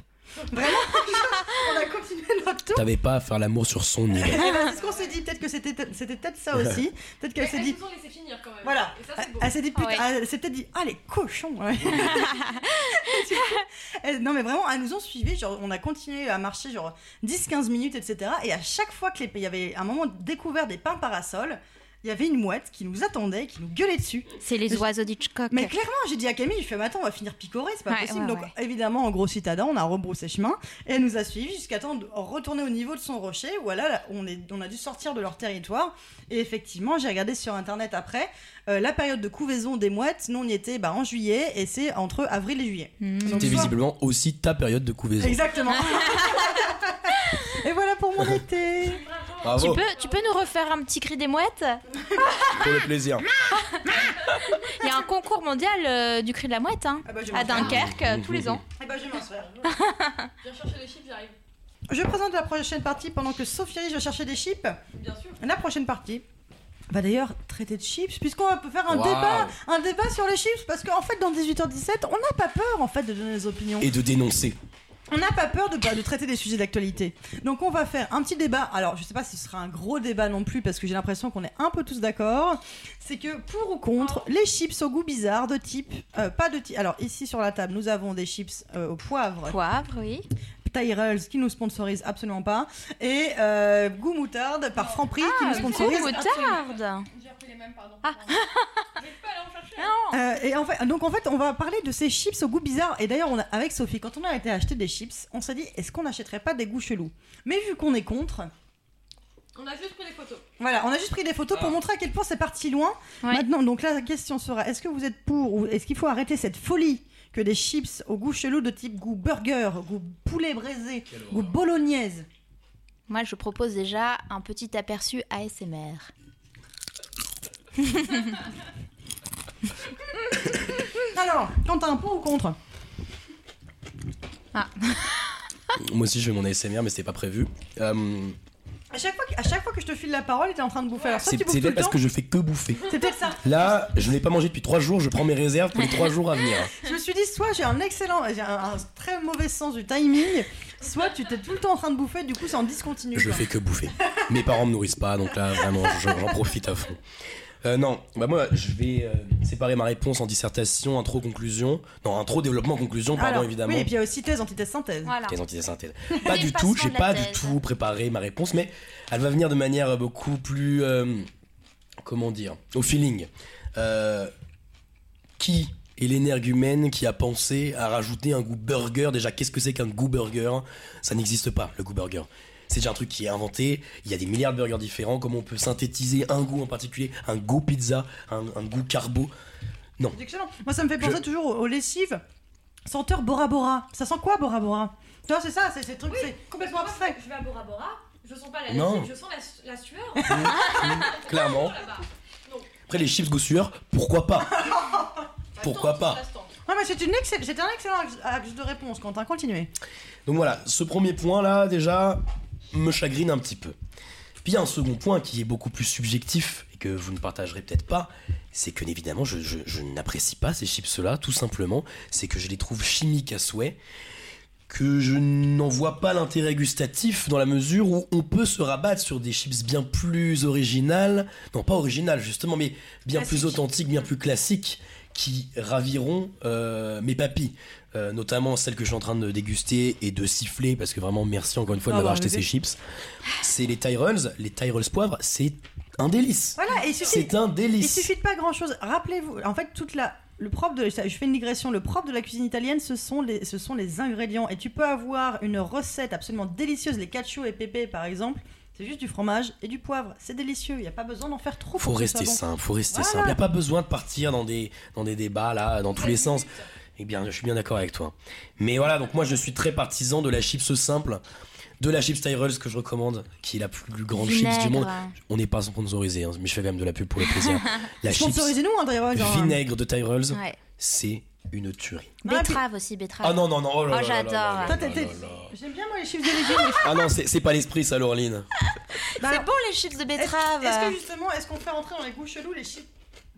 [SPEAKER 2] Vraiment, on a continué notre tour.
[SPEAKER 3] T'avais pas à faire l'amour sur son nid.
[SPEAKER 2] Et ben, c'est ce qu'on s'est dit, peut-être que c'était c'était peut-être ça aussi, peut-être qu'elle s'est dit.
[SPEAKER 1] nous ont laissé finir quand même.
[SPEAKER 2] Voilà.
[SPEAKER 1] Et ça,
[SPEAKER 2] Elle- Elle s'est dit putain,
[SPEAKER 4] Ouais.
[SPEAKER 2] elle s'est peut-être dit ah les cochons. ouais. Du coup, elle- non mais vraiment, elles nous ont suivis, genre on a continué à marcher genre 10-15 minutes etc. Et à chaque fois que les il y avait un moment découvert des pins parasols, il y avait une mouette qui nous attendait, qui nous gueulait dessus.
[SPEAKER 4] C'est les oiseaux d'Hitchcock.
[SPEAKER 2] Mais clairement, j'ai dit à Camille, je fais mais attends, on va finir picoré, c'est pas
[SPEAKER 4] Ouais,
[SPEAKER 2] possible.
[SPEAKER 4] ouais,
[SPEAKER 2] Donc
[SPEAKER 4] ouais.
[SPEAKER 2] évidemment, en gros citadin, on a rebroussé chemin et elle nous a suivis jusqu'à temps de retourner au niveau de son rocher où là, là, on, est, on a dû sortir de leur territoire. Et effectivement, j'ai regardé sur internet après euh, la période de couvaison des mouettes. Nous, on y était bah, en juillet et c'est entre avril et juillet.
[SPEAKER 4] Hmm.
[SPEAKER 2] Donc,
[SPEAKER 3] C'était
[SPEAKER 2] soit-
[SPEAKER 3] visiblement aussi ta période de couvaison.
[SPEAKER 2] Exactement. et voilà pour mon été.
[SPEAKER 4] Tu
[SPEAKER 3] Bravo,
[SPEAKER 4] peux, tu peux nous refaire un petit cri des mouettes
[SPEAKER 3] pour le plaisir.
[SPEAKER 4] Il y a un concours mondial euh, du cri de la mouette hein,
[SPEAKER 2] Ah bah, je vais
[SPEAKER 4] à
[SPEAKER 2] m'en faire.
[SPEAKER 4] Dunkerque euh, tous les ans.
[SPEAKER 2] Eh ben, je vais m'en faire.
[SPEAKER 1] Viens chercher les chips, j'arrive.
[SPEAKER 2] Je présente la prochaine partie pendant que Sophie va chercher des chips.
[SPEAKER 1] Bien sûr.
[SPEAKER 2] La prochaine partie va d'ailleurs traiter de chips, puisqu'on va faire un
[SPEAKER 3] Wow.
[SPEAKER 2] débat, un débat sur les chips, parce qu'en fait, dans 18h17, on n'a pas peur en fait de donner nos opinions.
[SPEAKER 3] Et de dénoncer.
[SPEAKER 2] On n'a pas peur de, bah, de traiter des sujets d'actualité. Donc, on va faire un petit débat. Alors, je sais pas si ce sera un gros débat non plus, parce que j'ai l'impression qu'on est un peu tous d'accord. C'est que pour ou contre
[SPEAKER 1] Ah.
[SPEAKER 2] les chips au goût bizarre de type, euh, pas de type. Alors, ici sur la table, nous avons des chips euh, au poivre.
[SPEAKER 4] Poivre, oui.
[SPEAKER 2] Ah, Tyrells qui nous sponsorise absolument pas et euh, Goût Moutarde par Franprix qui nous
[SPEAKER 4] Ah,
[SPEAKER 2] sponsorise
[SPEAKER 4] goût moutarde.
[SPEAKER 1] J'ai repris les mêmes, pardon.
[SPEAKER 4] Ah.
[SPEAKER 1] J'ai pas aller en chercher.
[SPEAKER 2] Euh, et en fait, donc en fait, on va parler de ces chips au goût bizarre. Et d'ailleurs, on a- avec Sophie, quand on a été acheter des chips, on s'est dit est-ce qu'on n'achèterait pas des goûts chelous Mais vu qu'on est contre,
[SPEAKER 1] On a juste pris des photos. Ah.
[SPEAKER 2] voilà, on a juste pris des photos pour montrer à quel point c'est parti loin.
[SPEAKER 4] Ouais.
[SPEAKER 2] Maintenant, donc là, la question sera est-ce que vous êtes pour ou est-ce qu'il faut arrêter cette folie que des chips au goût chelou de type goût burger, goût poulet braisé, goût bolognaise
[SPEAKER 4] Moi, je propose déjà un petit aperçu ASMR.
[SPEAKER 2] Alors, quand t'as un pour ou contre
[SPEAKER 3] Moi aussi, je fais mon ASMR, mais c'était pas prévu. Euh,
[SPEAKER 2] à chaque, fois que, à chaque fois que je te file la parole, t'es en train de bouffer. Alors, soit
[SPEAKER 3] c'est
[SPEAKER 2] tu bouffes
[SPEAKER 3] c'est
[SPEAKER 2] tout
[SPEAKER 3] peut-être
[SPEAKER 2] le
[SPEAKER 3] parce
[SPEAKER 2] temps,
[SPEAKER 3] que je fais que bouffer.
[SPEAKER 2] c'est peut-être ça.
[SPEAKER 3] Là, je n'ai pas mangé depuis 3 jours, je prends mes réserves pour les 3 jours à venir.
[SPEAKER 2] Je me suis dit, soit j'ai un excellent, j'ai un, un très mauvais sens du timing, soit tu t'es tout le temps en train de bouffer, du coup c'est en discontinu.
[SPEAKER 3] Je
[SPEAKER 2] quoi.
[SPEAKER 3] fais que bouffer. Mes parents me nourrissent pas, donc là, vraiment, je- j'en profite à fond. Euh, non, bah moi, je vais euh, séparer ma réponse en dissertation, intro-conclusion. Non, intro-développement-conclusion, pardon,
[SPEAKER 2] Alors,
[SPEAKER 3] évidemment.
[SPEAKER 2] Oui, et puis il y a aussi thèse, antithèse, synthèse.
[SPEAKER 4] Voilà.
[SPEAKER 3] Les antithèses, synthèses. Pas du
[SPEAKER 4] passements
[SPEAKER 3] tout, j'ai
[SPEAKER 4] de la
[SPEAKER 3] pas du
[SPEAKER 4] thèse.
[SPEAKER 3] tout préparé ma réponse, mais elle va venir de manière beaucoup plus. euh, comment dire Au feeling. Euh, qui est l'énergumène qui a pensé à rajouter un goût burger Déjà, qu'est-ce que c'est qu'un goût burger Ça n'existe pas, le goût burger. C'est déjà un truc qui est inventé. Il y a des milliards de burgers différents. Comment on peut synthétiser un goût en particulier Un goût pizza, un, un goût carbo
[SPEAKER 2] C'est excellent. Moi ça me fait penser
[SPEAKER 3] Je-
[SPEAKER 2] toujours aux, aux lessives. Senteur Bora Bora. Ça sent quoi Bora Bora Tu vois, c'est ça, c'est ces trucs, c'est complètement
[SPEAKER 1] Parce que moi,
[SPEAKER 2] abstrait.
[SPEAKER 1] Je vais à Bora Bora, je sens pas la
[SPEAKER 3] Non.
[SPEAKER 1] lessive, je sens la, su- la sueur. hein,
[SPEAKER 3] Clairement.
[SPEAKER 1] Là-bas.
[SPEAKER 3] Après, les chips goût sueur, pourquoi pas Pourquoi pas
[SPEAKER 1] Ça se tente.
[SPEAKER 2] Ouais, mais c'est une excell- c'était un excellent axe- axe de réponse, Quentin, continuez.
[SPEAKER 3] Donc voilà, ce premier point là déjà me chagrine un petit peu. Puis il y a un second point qui est beaucoup plus subjectif et que vous ne partagerez peut-être pas, c'est que évidemment je, je- je n'apprécie pas ces chips là, tout simplement, c'est que je les trouve chimiques à souhait, que je n'en vois pas l'intérêt gustatif dans la mesure où on peut se rabattre sur des chips bien plus originales, non pas originales justement, mais bien plus authentiques, bien plus classiques, qui raviront euh, mes papilles. Euh, notamment celles que je suis en train de déguster et de siffler, parce que vraiment merci encore une fois de
[SPEAKER 2] Ah
[SPEAKER 3] m'avoir
[SPEAKER 2] bah,
[SPEAKER 3] acheté
[SPEAKER 2] vas-y.
[SPEAKER 3] ces chips. C'est les Tyrells, les Tyrells poivre, c'est un délice.
[SPEAKER 2] Voilà, et il suffit,
[SPEAKER 3] C'est un
[SPEAKER 2] il
[SPEAKER 3] délice.
[SPEAKER 2] suffit de pas grand chose. Rappelez-vous, en fait, toute la. Le propre de, je fais une digression. Le propre de la cuisine italienne, ce sont les, ce sont les ingrédients. Et tu peux avoir une recette absolument délicieuse, les cacio et pépé par exemple. C'est juste du fromage et du poivre. C'est délicieux. Il n'y a pas besoin d'en faire trop.
[SPEAKER 3] Faut
[SPEAKER 2] pour que ce
[SPEAKER 3] rester
[SPEAKER 2] soit bon.
[SPEAKER 3] simple, faut rester
[SPEAKER 2] Voilà.
[SPEAKER 3] simple. Y a pas besoin de partir dans des, dans des débats là, dans tous les sens. Eh bien, je suis bien d'accord avec toi. Mais voilà, donc moi je suis très partisan de la chips simple, de la chips Tyrells que je recommande, qui est la plus grande chips du monde. On n'est pas sponsorisé, hein, mais je fais quand même de la pub pour le plaisir. la chips
[SPEAKER 2] Sponsorisez-nous, hein, d'ailleurs. genre, hein.
[SPEAKER 3] vinaigre de Tyrells,
[SPEAKER 4] Ouais.
[SPEAKER 3] c'est une tuerie.
[SPEAKER 4] Betterave aussi, betterave.
[SPEAKER 3] Ah non, non, non, oh là
[SPEAKER 4] Oh,
[SPEAKER 3] là là
[SPEAKER 4] j'adore.
[SPEAKER 3] là là
[SPEAKER 2] Toi,
[SPEAKER 3] là
[SPEAKER 2] t'étais-
[SPEAKER 3] Oh là là.
[SPEAKER 2] J'aime bien moi les chiffres de légumes. mais-
[SPEAKER 3] Ah non, c'est c'est pas l'esprit ça, Laureline.
[SPEAKER 4] Ah,
[SPEAKER 2] Bah,
[SPEAKER 4] C'est bon les chips de
[SPEAKER 2] est-ce-
[SPEAKER 4] betterave.
[SPEAKER 2] Est-ce que justement, est-ce qu'on fait rentrer dans les goûts chelous les chips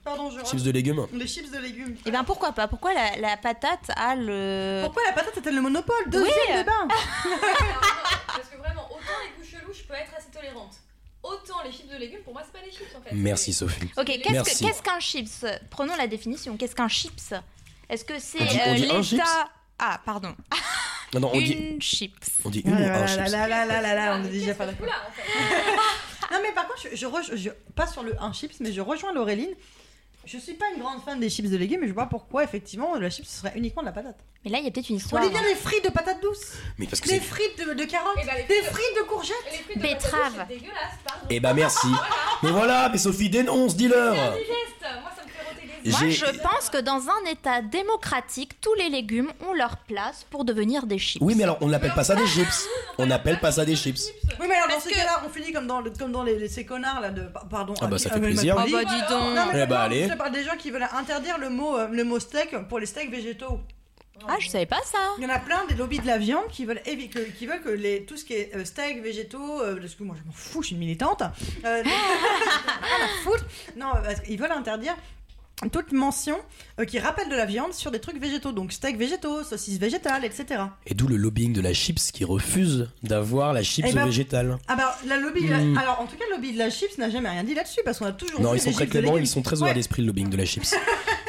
[SPEAKER 2] Pardon, je
[SPEAKER 3] Chips de légumes.
[SPEAKER 2] Les chips de légumes.
[SPEAKER 4] Et ben pourquoi pas Pourquoi la, la patate a
[SPEAKER 3] Euh.
[SPEAKER 4] le.
[SPEAKER 2] Pourquoi la patate est-elle le monopole Deuxième
[SPEAKER 4] Oui.
[SPEAKER 2] débat.
[SPEAKER 1] Parce que vraiment, autant les goûts chelous, je peux être assez tolérante. Autant les chips de légumes, pour moi, c'est pas des chips en fait.
[SPEAKER 3] Merci Sophie.
[SPEAKER 4] Ok, qu'est-ce que-
[SPEAKER 3] Merci.
[SPEAKER 4] qu'est-ce qu'un chips Prenons la définition. Qu'est-ce qu'un chips Est-ce que c'est
[SPEAKER 3] On dit- on
[SPEAKER 4] euh,
[SPEAKER 3] dit un chips
[SPEAKER 4] l'état. Ah, pardon.
[SPEAKER 3] Non, non, on dit,
[SPEAKER 4] Une chips.
[SPEAKER 3] on dit
[SPEAKER 2] Ah
[SPEAKER 3] une ou
[SPEAKER 2] là
[SPEAKER 3] un
[SPEAKER 2] là
[SPEAKER 3] chips.
[SPEAKER 2] là là là là là, on est déjà pas là.
[SPEAKER 1] Là, en fait.
[SPEAKER 2] Non mais par contre, je, je, re- je- pas sur le 1 chips, mais je rejoins Laureline. Je suis pas une grande fan des chips de légumes, mais je vois pourquoi effectivement la chips ce serait uniquement de la patate.
[SPEAKER 4] Mais là, il y a peut-être une
[SPEAKER 2] On
[SPEAKER 4] histoire.
[SPEAKER 2] dit bien
[SPEAKER 4] hein.
[SPEAKER 2] des frites de patates douces,
[SPEAKER 3] Mais parce que
[SPEAKER 2] des
[SPEAKER 3] c'est
[SPEAKER 2] frites de, de carottes,
[SPEAKER 1] Eh ben, les
[SPEAKER 2] des
[SPEAKER 1] frites de-
[SPEAKER 2] frites de courgettes.
[SPEAKER 1] Les fruits de
[SPEAKER 4] Betterave.
[SPEAKER 1] la c'est dégueulasse, pardon.
[SPEAKER 3] Eh bah merci. Mais voilà, mais Sophie dénonce, dis-leur.
[SPEAKER 1] Digeste, moi ça me fait roter les
[SPEAKER 3] J'ai-
[SPEAKER 4] Moi, je pense que dans un état démocratique, tous les légumes ont leur place pour devenir des chips.
[SPEAKER 3] Oui, mais alors on n'appelle pas ça des chips. On n'appelle pas ça des chips.
[SPEAKER 2] Oui mais alors dans
[SPEAKER 4] Parce
[SPEAKER 2] ces
[SPEAKER 4] que-
[SPEAKER 2] cas-là, on finit comme dans, le- comme dans les, les- ces connards là de pa- pardon.
[SPEAKER 3] Ah bah, ça fait
[SPEAKER 2] mais
[SPEAKER 3] plaisir.
[SPEAKER 2] Macron
[SPEAKER 4] Oh
[SPEAKER 2] dit-
[SPEAKER 4] bah dis donc
[SPEAKER 2] Non, mais
[SPEAKER 3] Eh bah,
[SPEAKER 2] non,
[SPEAKER 3] allez.
[SPEAKER 2] Je parle des gens qui veulent interdire le mot euh, le mot steak pour les steaks végétaux.
[SPEAKER 4] Ah, je savais pas ça
[SPEAKER 2] Il y en a plein des lobbies de la viande qui veulent, évi- que, qui veulent que les, tout ce qui est euh, steak, végétaux, euh, parce que moi je m'en fous, je suis une militante. Euh, rien à foutre. Non, parce qu'ils veulent interdire toute mention euh, qui rappelle de la viande sur des trucs végétaux, donc steak végétaux, saucisses végétales, etc.
[SPEAKER 3] Et d'où le lobbying de la chips qui refuse d'avoir la chips
[SPEAKER 2] Eh ben-
[SPEAKER 3] végétale.
[SPEAKER 2] Ah bah la lobby,
[SPEAKER 3] Hmm.
[SPEAKER 2] alors en tout cas le lobby de la chips n'a jamais rien dit là-dessus parce qu'on a toujours
[SPEAKER 3] Non,
[SPEAKER 2] vu
[SPEAKER 3] ils sont
[SPEAKER 2] des
[SPEAKER 3] très
[SPEAKER 2] chips de
[SPEAKER 3] cléments,
[SPEAKER 2] légumes.
[SPEAKER 3] ils sont très ouverts
[SPEAKER 2] Ouais.
[SPEAKER 3] d'esprit le lobbying de la chips.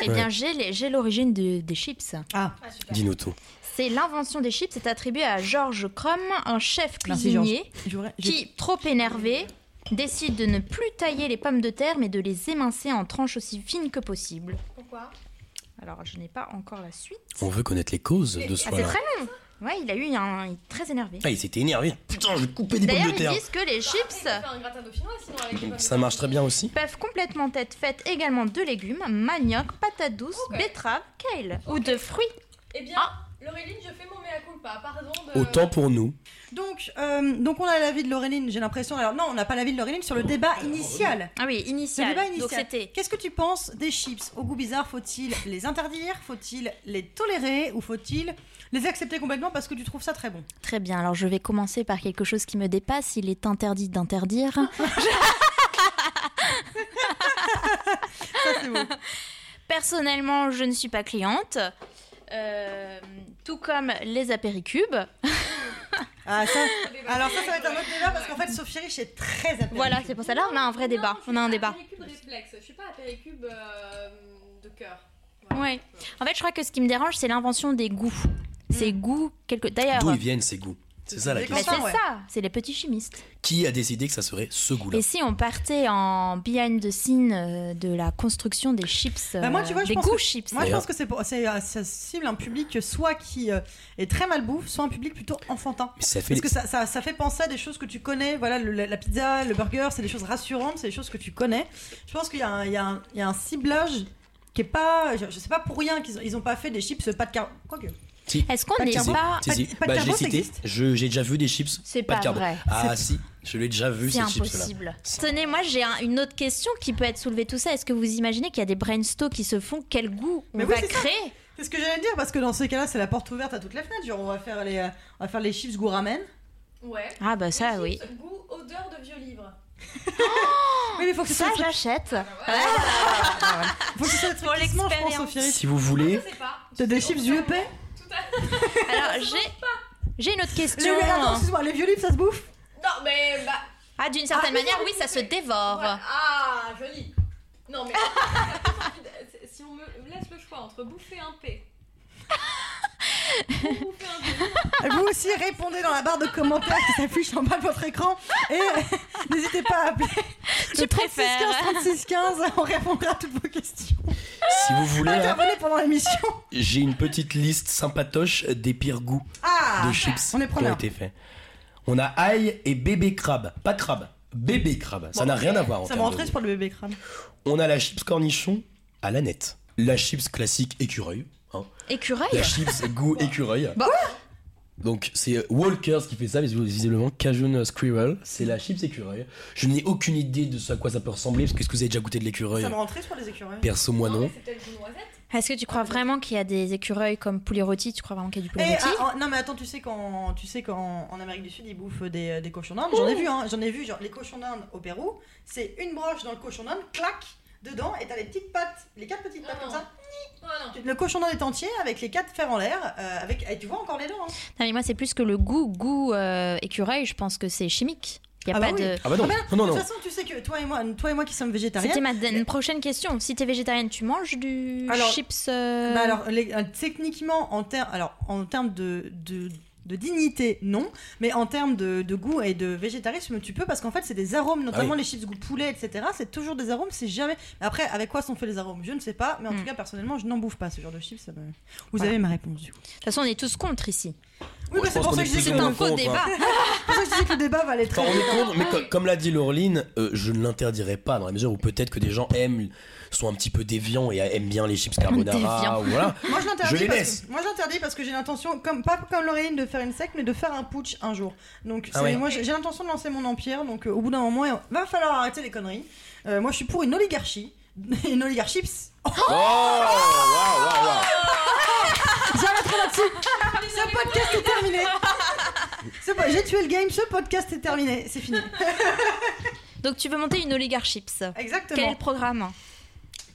[SPEAKER 4] Eh bien, j'ai les- j'ai l'origine de- des chips.
[SPEAKER 2] Ah,
[SPEAKER 3] Dis-nous tout.
[SPEAKER 4] C'est l'invention des chips est attribuée à George Crumb, un chef
[SPEAKER 2] Merci, Georges.
[SPEAKER 4] cuisinier
[SPEAKER 2] j'aurais- j'ai-
[SPEAKER 4] qui, trop énervé, décide de ne plus tailler les pommes de terre mais de les émincer en tranches aussi fines que possible.
[SPEAKER 1] Pourquoi Bah,
[SPEAKER 4] Alors, je n'ai pas encore la suite.
[SPEAKER 3] On veut connaître les causes de ce
[SPEAKER 4] Ah, c'est
[SPEAKER 3] là
[SPEAKER 4] très long Ouais, il a eu un. il est très énervé.
[SPEAKER 3] Ah, il s'était énervé. Putain, je vais couper des
[SPEAKER 4] D'ailleurs,
[SPEAKER 3] pommes de
[SPEAKER 4] ils
[SPEAKER 3] terre.
[SPEAKER 4] disent que les chips
[SPEAKER 1] faire un gratin dauphinois sinon avec les pommes de
[SPEAKER 3] Ça
[SPEAKER 1] terre.
[SPEAKER 3] marche très bien aussi.
[SPEAKER 4] peuvent complètement être faites également de légumes, manioc, patates douces,
[SPEAKER 1] Ok.
[SPEAKER 4] betteraves, kale ou de fruits.
[SPEAKER 1] Eh bien,
[SPEAKER 4] Ah.
[SPEAKER 1] Laureline, je fais mon mea culpa, pardon de...
[SPEAKER 3] Autant pour nous.
[SPEAKER 2] Donc, euh, donc on a l'avis de Laureline, j'ai l'impression. Alors non, on n'a pas l'avis de Laureline sur le débat initial.
[SPEAKER 4] Ah oui,
[SPEAKER 2] Le
[SPEAKER 4] initial.
[SPEAKER 2] débat
[SPEAKER 4] Donc
[SPEAKER 2] initial.
[SPEAKER 4] c'était
[SPEAKER 2] Qu'est-ce que tu penses des chips Au goût bizarre, faut-il les interdire Faut-il les tolérer Ou faut-il les accepter complètement parce que tu trouves ça très bon
[SPEAKER 4] Très bien, alors je vais commencer par quelque chose qui me dépasse. Il est interdit d'interdire.
[SPEAKER 2] Ça, c'est beau.
[SPEAKER 4] Personnellement, je ne suis pas cliente. Euh, tout comme les apéricubes.
[SPEAKER 2] Ah, ça- alors ça, ça va être un autre débat parce qu'en fait, Sophie Rich est très apéritive.
[SPEAKER 4] Voilà, c'est pour ça. Là, on a un vrai
[SPEAKER 1] Non,
[SPEAKER 4] débat.
[SPEAKER 1] je suis
[SPEAKER 4] On a un débat.
[SPEAKER 1] apéricube réflexe, je suis pas apéricube euh, de cœur.
[SPEAKER 4] Ouais. En fait, je crois que ce qui me dérange, c'est l'invention des goûts. Ces goûts, quelque... d'ailleurs,
[SPEAKER 3] Hmm. D'où ils
[SPEAKER 4] bah,
[SPEAKER 3] viennent ces goûts C'est ça la
[SPEAKER 2] Des
[SPEAKER 4] c'est
[SPEAKER 3] question.
[SPEAKER 2] Enfin, ouais.
[SPEAKER 4] ça, c'est les petits chimistes.
[SPEAKER 3] Qui a décidé que ça serait ce goût-là
[SPEAKER 4] Et si on partait en behind the scene euh, de la construction des chips,
[SPEAKER 2] Bah, moi, tu
[SPEAKER 4] euh,
[SPEAKER 2] vois, je
[SPEAKER 4] des
[SPEAKER 2] pense
[SPEAKER 4] goûts
[SPEAKER 2] que-
[SPEAKER 4] chips
[SPEAKER 2] Moi, je
[SPEAKER 3] D'ailleurs-
[SPEAKER 2] pense que c'est pour- c'est euh, ça cible un public soit qui euh, est très mal bouffe, soit un public plutôt enfantin.
[SPEAKER 3] Mais ça fait.
[SPEAKER 2] Parce que ça, ça, ça fait penser à des choses que tu connais, voilà, le- la, la pizza, le burger, c'est des choses rassurantes, c'est des choses que tu connais. Je pense qu'il y, a un- il y a un il y a un ciblage qui est pas, je, je sais pas pour rien qu'ils ont, ils ont pas fait des chips pas de car... Quoique.
[SPEAKER 3] Si.
[SPEAKER 4] Est-ce qu'on
[SPEAKER 2] Pas de
[SPEAKER 4] n'est
[SPEAKER 3] Si, si,
[SPEAKER 4] pas...
[SPEAKER 3] si, si.
[SPEAKER 2] pas de
[SPEAKER 3] Bah, je
[SPEAKER 2] carbo,
[SPEAKER 3] l'ai
[SPEAKER 2] ça
[SPEAKER 3] cité.
[SPEAKER 2] existe
[SPEAKER 3] Je- J'ai déjà vu des chips.
[SPEAKER 4] C'est
[SPEAKER 3] Pas de
[SPEAKER 4] pas
[SPEAKER 3] carbo.
[SPEAKER 4] vrai.
[SPEAKER 3] Ah si, je l'ai déjà vu
[SPEAKER 4] C'est
[SPEAKER 3] ces chips-là.
[SPEAKER 4] impossible. Tenez, moi j'ai un- une autre question qui peut être soulevée tout ça. Est-ce que vous imaginez qu'il y a des brainstorms qui se font Quel goût on
[SPEAKER 2] Mais oui,
[SPEAKER 4] va
[SPEAKER 2] c'est ça.
[SPEAKER 4] créer
[SPEAKER 2] C'est ce que j'allais dire parce que dans ces cas-là, c'est la porte ouverte à toutes les fenêtres. Genre on va faire les, euh, on va faire les chips goût ramen.
[SPEAKER 1] Ouais.
[SPEAKER 4] Ah bah ça
[SPEAKER 1] Les
[SPEAKER 4] oui.
[SPEAKER 1] chips, Goût, odeur de vieux livre.
[SPEAKER 2] Oui, mais faut que ce
[SPEAKER 4] Ça
[SPEAKER 2] soit,
[SPEAKER 4] j'achète.
[SPEAKER 2] faut que ce soit des trucs
[SPEAKER 4] Pour
[SPEAKER 2] qui se mangent, je pense,
[SPEAKER 4] l'expérience.
[SPEAKER 2] Sophie Rich.
[SPEAKER 3] Si vous voulez,
[SPEAKER 1] Je sais pas.
[SPEAKER 2] T'as des chips UEP
[SPEAKER 4] Alors j'ai J'ai une autre
[SPEAKER 2] Les,
[SPEAKER 4] question.
[SPEAKER 2] attends, excuse-moi, les vieux livres, ça se bouffe
[SPEAKER 1] Non, mais bah.
[SPEAKER 4] Ah, d'une certaine manière, oui, ça se dévore.
[SPEAKER 1] voilà. Ah, joli. Non, mais. si on me laisse le choix entre bouffer un P. ou bouffer un P.
[SPEAKER 2] Vous aussi, répondez dans la barre de commentaires qui s'affiche en bas de votre écran. Et euh, n'hésitez pas à appeler.
[SPEAKER 4] Tu
[SPEAKER 2] le 36
[SPEAKER 4] préfères.
[SPEAKER 2] 15, 36 15, on répondra à toutes vos questions.
[SPEAKER 3] Si vous voulez, hein,
[SPEAKER 2] Intervenez pendant l'émission.
[SPEAKER 3] j'ai une petite liste sympatoche des pires goûts
[SPEAKER 2] Ah
[SPEAKER 3] de chips
[SPEAKER 2] on est
[SPEAKER 3] qui ont
[SPEAKER 2] preneur.
[SPEAKER 3] été faits. On a ail et bébé crabe. Pas crabe, bébé crabe. Ça
[SPEAKER 2] Bon,
[SPEAKER 3] n'a rien à voir en
[SPEAKER 2] Ça
[SPEAKER 3] termes
[SPEAKER 2] me
[SPEAKER 3] de
[SPEAKER 2] rentrait
[SPEAKER 3] goût.
[SPEAKER 2] pour le bébé crâne.
[SPEAKER 3] Oh, On a la chips cornichon à la nette. La chips classique écureuil. hein.
[SPEAKER 4] Écureuil
[SPEAKER 3] La chips goût écureuil.
[SPEAKER 4] Bah.
[SPEAKER 3] Donc c'est euh, Walkers qui fait ça, vis- visiblement Cajun Squirrel. C'est la chips écureuil. Je n'ai aucune idée de ce à quoi ça peut ressembler, parce que est-ce que vous avez déjà goûté de l'écureuil
[SPEAKER 2] Ça Ah me rentrait pour les écureuils.
[SPEAKER 3] Perso, moi non.
[SPEAKER 1] C'est peut-être une noisette.
[SPEAKER 4] Est-ce que tu crois vraiment qu'il y a des écureuils comme poulet rôti Tu crois vraiment qu'il y a du poulet
[SPEAKER 2] Eh,
[SPEAKER 4] rôti
[SPEAKER 2] ah, ah, non mais attends tu sais qu'en tu sais qu'en en Amérique du Sud ils bouffent des, des cochons d'Inde j'en ai vu hein, j'en ai vu genre les cochons d'Inde au Pérou c'est une broche dans le cochon d'Inde clac dedans et t'as les petites pattes les quatre petites
[SPEAKER 4] Ah
[SPEAKER 2] pattes
[SPEAKER 1] Non.
[SPEAKER 2] comme ça
[SPEAKER 1] Non, non.
[SPEAKER 2] le cochon d'Inde est entier avec les quatre fers en l'air euh, avec et tu vois encore les dents hein.
[SPEAKER 4] Non, mais moi, c'est plus que le goût, goût euh, écureuil, je pense que c'est chimique. Il y a
[SPEAKER 2] Ah bah
[SPEAKER 4] pas
[SPEAKER 2] oui.
[SPEAKER 4] de.
[SPEAKER 3] Ah bah non, non,
[SPEAKER 2] de
[SPEAKER 3] non.
[SPEAKER 2] toute façon tu sais que toi et moi toi et moi qui sommes
[SPEAKER 4] C'était
[SPEAKER 2] végétariens
[SPEAKER 4] ma une prochaine question. Si t'es végétarienne, tu manges du
[SPEAKER 2] Alors,
[SPEAKER 4] chips euh,
[SPEAKER 2] Bah alors, les- euh, techniquement, en, ter- alors, en termes de, de- de dignité, non. Mais en termes de, de goût et de végétarisme, tu peux parce qu'en fait, c'est des arômes, notamment les chips goût poulet, etc. C'est toujours des arômes, c'est jamais. Mais Après, avec quoi sont faits les arômes Je ne sais pas. Mais en
[SPEAKER 4] Mm.
[SPEAKER 2] tout cas, personnellement, je n'en bouffe pas ce genre de chips. ça me- Vous
[SPEAKER 4] Voilà.
[SPEAKER 2] avez ma réponse du coup.
[SPEAKER 4] De toute façon, on est tous contre ici.
[SPEAKER 2] Oui, bah,
[SPEAKER 3] je
[SPEAKER 2] c'est
[SPEAKER 3] pense
[SPEAKER 2] pour
[SPEAKER 3] qu'on
[SPEAKER 2] ça
[SPEAKER 3] est
[SPEAKER 2] que je dis que
[SPEAKER 3] plus
[SPEAKER 4] C'est
[SPEAKER 2] le-
[SPEAKER 3] dans
[SPEAKER 4] un
[SPEAKER 3] le
[SPEAKER 4] faux
[SPEAKER 3] fond,
[SPEAKER 4] débat.
[SPEAKER 2] c'est pour ça que je dis que le débat va aller très
[SPEAKER 3] Enfin, on est contre, mais co- comme l'a dit Laureline, euh, je ne l'interdirai pas dans la mesure où peut-être que des gens aiment, sont un petit peu déviants et aiment bien les chips carbonara.
[SPEAKER 4] Déviants.
[SPEAKER 3] ou voilà.
[SPEAKER 2] Moi je l'interdis
[SPEAKER 3] Je les
[SPEAKER 2] parce
[SPEAKER 3] laisse.
[SPEAKER 2] que moi je l'interdis parce que j'ai l'intention comme pas comme Laureline de faire une secte mais de faire un putsch un jour. Donc
[SPEAKER 3] Ah
[SPEAKER 2] c'est-
[SPEAKER 3] ouais.
[SPEAKER 2] moi j'ai j'ai l'intention de lancer mon empire donc euh, au bout d'un moment il va falloir arrêter les conneries. Euh, moi je suis pour une oligarchie. Une oligarchie pss,
[SPEAKER 3] Oh, waouh, waouh, waouh.
[SPEAKER 2] Ce podcast est terminé. Ce po- J'ai tué le game, ce podcast est terminé, c'est fini.
[SPEAKER 4] Donc, tu veux monter une oligarchie chips. Quel est
[SPEAKER 2] Exactement.
[SPEAKER 4] le programme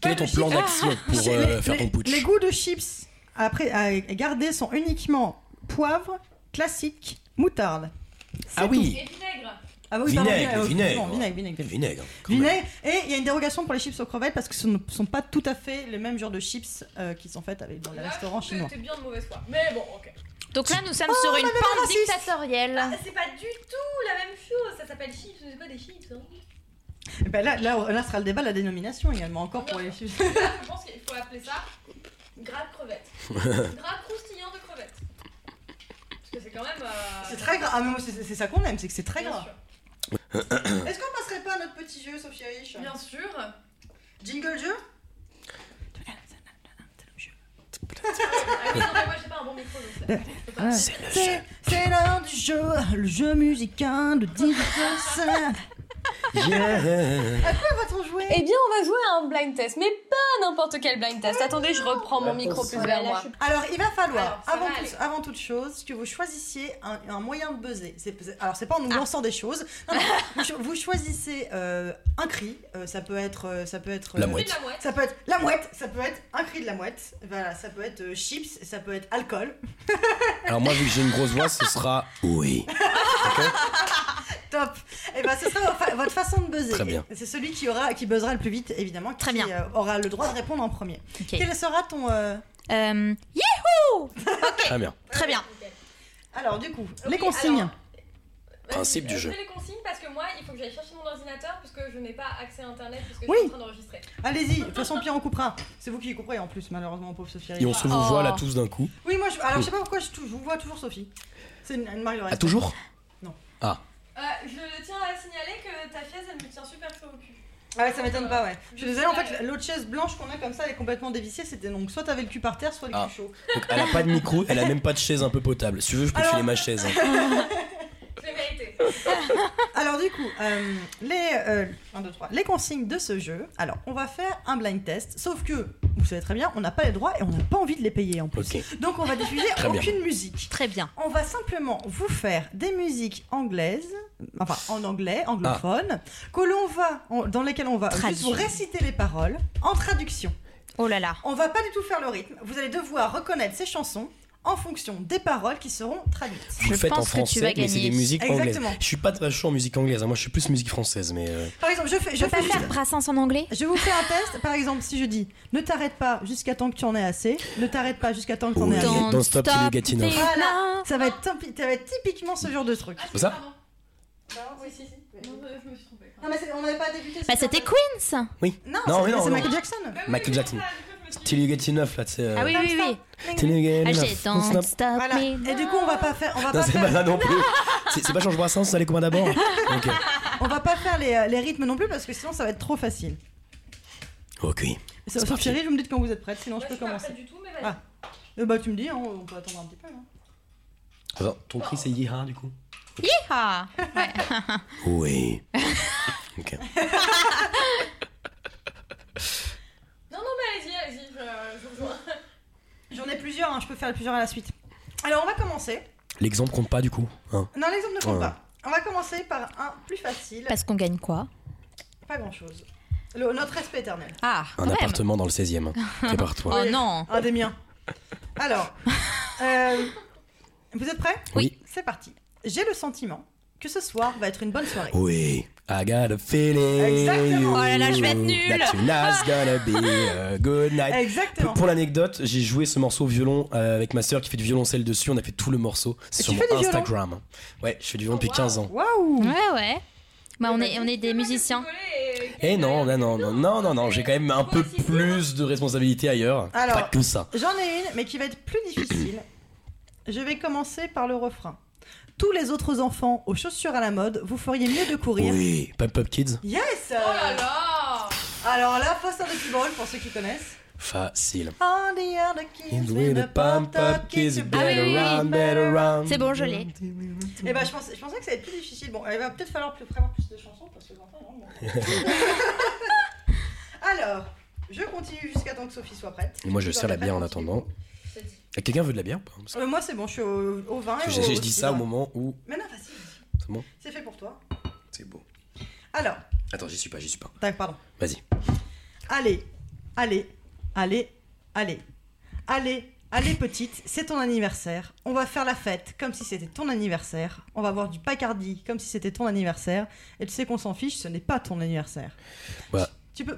[SPEAKER 3] Quel est ton plan d'action pour
[SPEAKER 2] C'est-
[SPEAKER 3] euh,
[SPEAKER 2] Ah, les,
[SPEAKER 3] faire ton
[SPEAKER 2] les-
[SPEAKER 3] putsch
[SPEAKER 2] les goûts de chips après à garder sont uniquement poivre, classique, moutarde.
[SPEAKER 3] Ah oui,
[SPEAKER 1] Et vinaigre.
[SPEAKER 2] Ah oui, pardon,
[SPEAKER 3] Vinaigre,
[SPEAKER 2] euh,
[SPEAKER 3] vinaigre.
[SPEAKER 2] excusez-moi, vinaigre, vinaigre,
[SPEAKER 3] le
[SPEAKER 2] vinaigre.
[SPEAKER 3] vinaigre. quand même.
[SPEAKER 2] Vinaigre. Et il y a une dérogation pour les chips aux crevettes parce que ce ne sont pas tout à fait les mêmes genres de chips euh, qui sont faites avec dans les
[SPEAKER 1] Là,
[SPEAKER 2] restaurants
[SPEAKER 1] je trouve que
[SPEAKER 2] chinois.
[SPEAKER 1] t'es bien de mauvaise foi. Mais bon, ok.
[SPEAKER 4] Donc là, nous sommes sur une pente
[SPEAKER 2] Oh, raciste. Ah,
[SPEAKER 4] dictatorielle.
[SPEAKER 1] C'est pas du tout la même chose. Ça s'appelle chips. C'est pas des chips. hein.
[SPEAKER 2] Et ben là, là, là sera le débat de la dénomination également encore pour les chips.
[SPEAKER 1] Là, je pense qu'il faut appeler ça gras de crevette. gras croustillant de crevette. Parce que c'est quand même. euh,
[SPEAKER 2] C'est très grave. Ah, mais moi, c'est c'est ça qu'on aime, c'est que c'est très
[SPEAKER 1] bien
[SPEAKER 2] grave.
[SPEAKER 1] sûr.
[SPEAKER 2] Est-ce qu'on passerait pas à notre petit jeu, Sophie Rich
[SPEAKER 1] Bien sûr.
[SPEAKER 2] Jingle jeu
[SPEAKER 1] Ah oui, non, mais moi j'ai pas un bon micro donc ça.
[SPEAKER 3] C'est le jeu.
[SPEAKER 2] C'est c'est l'heure du jeu, le jeu musical de 10
[SPEAKER 3] Yeah.
[SPEAKER 2] Quoi va-t-on jouer
[SPEAKER 1] Eh bien, on va jouer à un blind test, mais pas n'importe quel blind test. Attendez, je reprends mon micro plus vers moi.
[SPEAKER 2] Alors, il va falloir,
[SPEAKER 1] Alors, ça
[SPEAKER 2] avant,
[SPEAKER 1] va
[SPEAKER 2] tout,
[SPEAKER 1] aller.
[SPEAKER 2] avant toute chose, que vous choisissiez un, un moyen de buzzer. C'est- c'est- alors, c'est pas en nous lançant des choses. Non, non, vous, cho- vous choisissez euh, un cri. euh, ça peut être, euh, ça peut être
[SPEAKER 3] La
[SPEAKER 2] euh,
[SPEAKER 3] mouette.
[SPEAKER 1] Plus de la mouette.
[SPEAKER 2] Ça peut être la mouette. Ça peut être un cri de la mouette. Voilà, ça peut être euh, chips. Ça peut être alcool.
[SPEAKER 3] Alors moi vu que j'ai une grosse voix, ce sera oui.
[SPEAKER 2] Top. Et ben, ce sera vo- fa- votre façon de buzzer.
[SPEAKER 3] Très bien.
[SPEAKER 2] Et C'est celui qui aura, qui buzzera le plus vite, évidemment, qui
[SPEAKER 4] Très bien.
[SPEAKER 2] euh, aura le droit de répondre en premier.
[SPEAKER 4] Ok.
[SPEAKER 2] Quel sera ton euh,
[SPEAKER 4] Euh, yeah
[SPEAKER 3] Très bien.
[SPEAKER 4] Très bien.
[SPEAKER 2] Alors, du coup,
[SPEAKER 1] Oui,
[SPEAKER 2] les consignes.
[SPEAKER 1] alors, Vas-y,
[SPEAKER 3] Principe du
[SPEAKER 1] euh,
[SPEAKER 3] jeu.
[SPEAKER 1] Je fais les consignes parce que moi, il faut que j'aille chercher mon ordinateur parce que je n'ai pas accès à internet parce que je
[SPEAKER 2] Oui.
[SPEAKER 1] suis en train d'enregistrer.
[SPEAKER 2] Allez-y. De toute façon, Pierre, on coupera. C'est vous qui couperez en plus, malheureusement, pauvre Sophie.
[SPEAKER 3] Et on se vous
[SPEAKER 4] Oh.
[SPEAKER 3] voit là tous d'un coup.
[SPEAKER 2] Oui, moi, je... alors je sais pas pourquoi je, tou- je vous vois toujours Sophie. C'est une, une marque de
[SPEAKER 3] Ah
[SPEAKER 2] respect.
[SPEAKER 3] toujours
[SPEAKER 1] Euh, je tiens à signaler que ta chaise, elle me tient super chaud au cul.
[SPEAKER 2] Ah ouais, ça m'étonne pas, ouais. Je suis
[SPEAKER 1] Je
[SPEAKER 2] désolée, en
[SPEAKER 1] sais,
[SPEAKER 2] fait, l'autre chaise blanche qu'on a comme ça, elle est complètement dévissée. C'était donc soit t'avais le cul par terre, soit le
[SPEAKER 3] Ah.
[SPEAKER 2] cul chaud.
[SPEAKER 3] Donc elle a pas de micro, elle a même pas de chaise un peu potable. Si tu veux, je peux te
[SPEAKER 2] Alors-
[SPEAKER 3] filer ma chaise. hein.
[SPEAKER 1] Je l'ai mérité.
[SPEAKER 2] Alors, du coup, euh, les, euh, un, deux, trois. les consignes de ce jeu. Alors, on va faire un blind test. Sauf que, vous savez très bien, on n'a pas les droits et on n'a pas envie de les payer en plus.
[SPEAKER 3] Ok.
[SPEAKER 2] Donc, on va diffuser
[SPEAKER 3] Très bien.
[SPEAKER 2] aucune musique.
[SPEAKER 4] Très bien.
[SPEAKER 2] On va simplement vous faire des musiques anglaises, enfin en anglais,
[SPEAKER 3] Ah.
[SPEAKER 2] anglophone, que l'on va, on- dans lesquelles on va juste
[SPEAKER 4] Traduire.
[SPEAKER 2] vous réciter les paroles en traduction.
[SPEAKER 4] Oh là là.
[SPEAKER 2] On va pas du tout faire le rythme. Vous allez devoir reconnaître ces chansons en fonction des paroles qui seront traduites.
[SPEAKER 3] Vous
[SPEAKER 4] Je
[SPEAKER 3] faites en
[SPEAKER 4] pense que tu
[SPEAKER 3] français,
[SPEAKER 4] vas
[SPEAKER 3] mais c'est
[SPEAKER 4] gagner.
[SPEAKER 3] des musiques
[SPEAKER 2] Exactement.
[SPEAKER 3] anglaises. Je suis pas très chaud en musique anglaise, hein. moi je suis plus musique française, mais euh,
[SPEAKER 2] Par exemple, je fais,
[SPEAKER 4] Je
[SPEAKER 2] je
[SPEAKER 4] peux pas
[SPEAKER 2] fais
[SPEAKER 4] faire Brassens en anglais
[SPEAKER 2] Je vous fais un test. Par exemple, si je dis ne t'arrête pas jusqu'à temps que tu en aies assez, ne t'arrête pas jusqu'à temps que tu en aies
[SPEAKER 3] Oui.
[SPEAKER 2] assez.
[SPEAKER 3] Don't stop till you get enough.
[SPEAKER 2] Voilà, ça va, être typi- ça va être typiquement ce genre de truc.
[SPEAKER 3] c'est ça
[SPEAKER 2] oui, si, si. Non, mais c'est- on n'avait pas débuté.
[SPEAKER 4] Bah c'était Queen ça
[SPEAKER 3] Oui.
[SPEAKER 2] Non,
[SPEAKER 3] Non,
[SPEAKER 2] c'est
[SPEAKER 3] mais non,
[SPEAKER 2] c'est
[SPEAKER 3] non.
[SPEAKER 2] Michael Jackson.
[SPEAKER 3] Michael Jackson. Till you get enough, là, tu sais. euh,
[SPEAKER 4] Ah oui oui oui.
[SPEAKER 3] Till you get
[SPEAKER 4] Ah,
[SPEAKER 3] enough.
[SPEAKER 4] j'ai Don't
[SPEAKER 3] Don't
[SPEAKER 4] stop,
[SPEAKER 3] stop.
[SPEAKER 2] Voilà.
[SPEAKER 4] me
[SPEAKER 2] Et du coup, on va pas faire, on va
[SPEAKER 3] Non,
[SPEAKER 2] pas
[SPEAKER 3] c'est
[SPEAKER 2] faire,
[SPEAKER 3] pas là non plus. C'est c'est pas Georges Brassens, ça les copains d'abord. Ok.
[SPEAKER 2] on va pas faire les, euh, les rythmes non plus parce que sinon ça va être trop facile.
[SPEAKER 3] Ok.
[SPEAKER 2] Sur
[SPEAKER 3] parti.
[SPEAKER 2] Chérie, vous me dites quand vous êtes prête, sinon je peux commencer.
[SPEAKER 1] du tout, mais
[SPEAKER 2] vas-y. Euh, bah tu me dis, hein, on peut attendre un petit peu. hein.
[SPEAKER 3] Alors, ton cri, c'est Yiha, du coup
[SPEAKER 4] Ah,
[SPEAKER 3] Oui. Ok.
[SPEAKER 1] Non, non, mais allez-y, allez-y, je, vous rejoins.
[SPEAKER 2] J'en ai plusieurs, hein, je peux faire plusieurs à la suite. Alors on va commencer.
[SPEAKER 3] L'exemple compte pas, du coup. hein.
[SPEAKER 2] Non, l'exemple ne compte
[SPEAKER 3] Ouais.
[SPEAKER 2] pas. On va commencer par un plus facile.
[SPEAKER 4] Parce qu'on gagne quoi
[SPEAKER 2] Pas grand chose. Le, notre respect éternel.
[SPEAKER 4] Ah, quand
[SPEAKER 3] Un
[SPEAKER 4] même.
[SPEAKER 3] appartement dans le 16 e Prépare-toi.
[SPEAKER 4] Oh non
[SPEAKER 2] Un des miens. Alors, euh, vous êtes prêts
[SPEAKER 3] Oui.
[SPEAKER 2] C'est parti. J'ai le sentiment que ce soir va être une bonne soirée.
[SPEAKER 3] Oui. I got a feeling.
[SPEAKER 2] Exactement.
[SPEAKER 4] Oh là là, je vais être nulle.
[SPEAKER 3] That tonight's gonna be a good night.
[SPEAKER 2] Exactement.
[SPEAKER 3] Pour- Pour l'anecdote, j'ai joué ce morceau au violon euh, avec ma sœur qui fait du violoncelle dessus. On a fait tout le morceau
[SPEAKER 2] Et
[SPEAKER 3] C'est sur
[SPEAKER 2] tu
[SPEAKER 3] mon
[SPEAKER 2] fais du violon
[SPEAKER 3] Instagram. Ouais, je fais du violon
[SPEAKER 4] Oh,
[SPEAKER 3] depuis 15 ans.
[SPEAKER 2] Waouh
[SPEAKER 4] Ouais ouais. Bah on est, on est des musiciens.
[SPEAKER 3] Eh non, non, non, non, non, non, non, j'ai quand même un peu plus de responsabilité ailleurs.
[SPEAKER 2] Alors-
[SPEAKER 3] Pas que ça.
[SPEAKER 2] J'en ai une, mais qui va être plus difficile. Je vais commencer par le refrain. Tous les autres enfants aux chaussures à la mode, vous feriez mieux de courir.
[SPEAKER 3] Oui, Pump Up Kids,
[SPEAKER 2] Yes
[SPEAKER 1] Oh là là
[SPEAKER 2] Alors là, face à des ball pour ceux qui connaissent.
[SPEAKER 3] facile.
[SPEAKER 2] On the other
[SPEAKER 3] It's
[SPEAKER 2] kids
[SPEAKER 3] with
[SPEAKER 2] with
[SPEAKER 3] the
[SPEAKER 2] the
[SPEAKER 3] pump up
[SPEAKER 2] pumped-up
[SPEAKER 3] kids,
[SPEAKER 2] kids, you
[SPEAKER 3] you
[SPEAKER 2] better
[SPEAKER 4] Ah
[SPEAKER 3] better run,
[SPEAKER 4] oui, oui, oui.
[SPEAKER 3] better run.
[SPEAKER 4] C'est bon, je l'ai.
[SPEAKER 2] Eh ben, je pensais, je pensais que ça allait être plus difficile. Bon, il va peut-être falloir plus, vraiment plus de chansons parce que j'en fais vraiment. Alors, je continue jusqu'à temps que Sophie soit prête.
[SPEAKER 3] Et moi, je
[SPEAKER 2] Sophie
[SPEAKER 3] sers la
[SPEAKER 2] soit prête,
[SPEAKER 3] bière en
[SPEAKER 2] on
[SPEAKER 3] attendant.
[SPEAKER 2] continue.
[SPEAKER 3] Eh, Quelqu'un veut de la bière ou pas Parce que
[SPEAKER 2] Euh, moi, c'est bon, je suis au, au vin. et
[SPEAKER 3] je,
[SPEAKER 2] au-
[SPEAKER 3] je- je dis ça au
[SPEAKER 2] cidre.
[SPEAKER 3] moment où
[SPEAKER 2] Mais non, facile.
[SPEAKER 3] c'est bon.
[SPEAKER 2] C'est fait pour toi.
[SPEAKER 3] C'est beau.
[SPEAKER 2] Alors,
[SPEAKER 3] Attends, j'y suis pas, j'y suis pas.
[SPEAKER 2] tac, pardon.
[SPEAKER 3] Vas-y.
[SPEAKER 2] Allez, allez, allez, allez. Allez, allez, petite, c'est ton anniversaire. On va faire la fête comme si c'était ton anniversaire. On va boire du Bacardi comme si c'était ton anniversaire. Et tu sais qu'on s'en fiche, ce n'est pas ton anniversaire.
[SPEAKER 3] Bah.
[SPEAKER 2] Tu peux.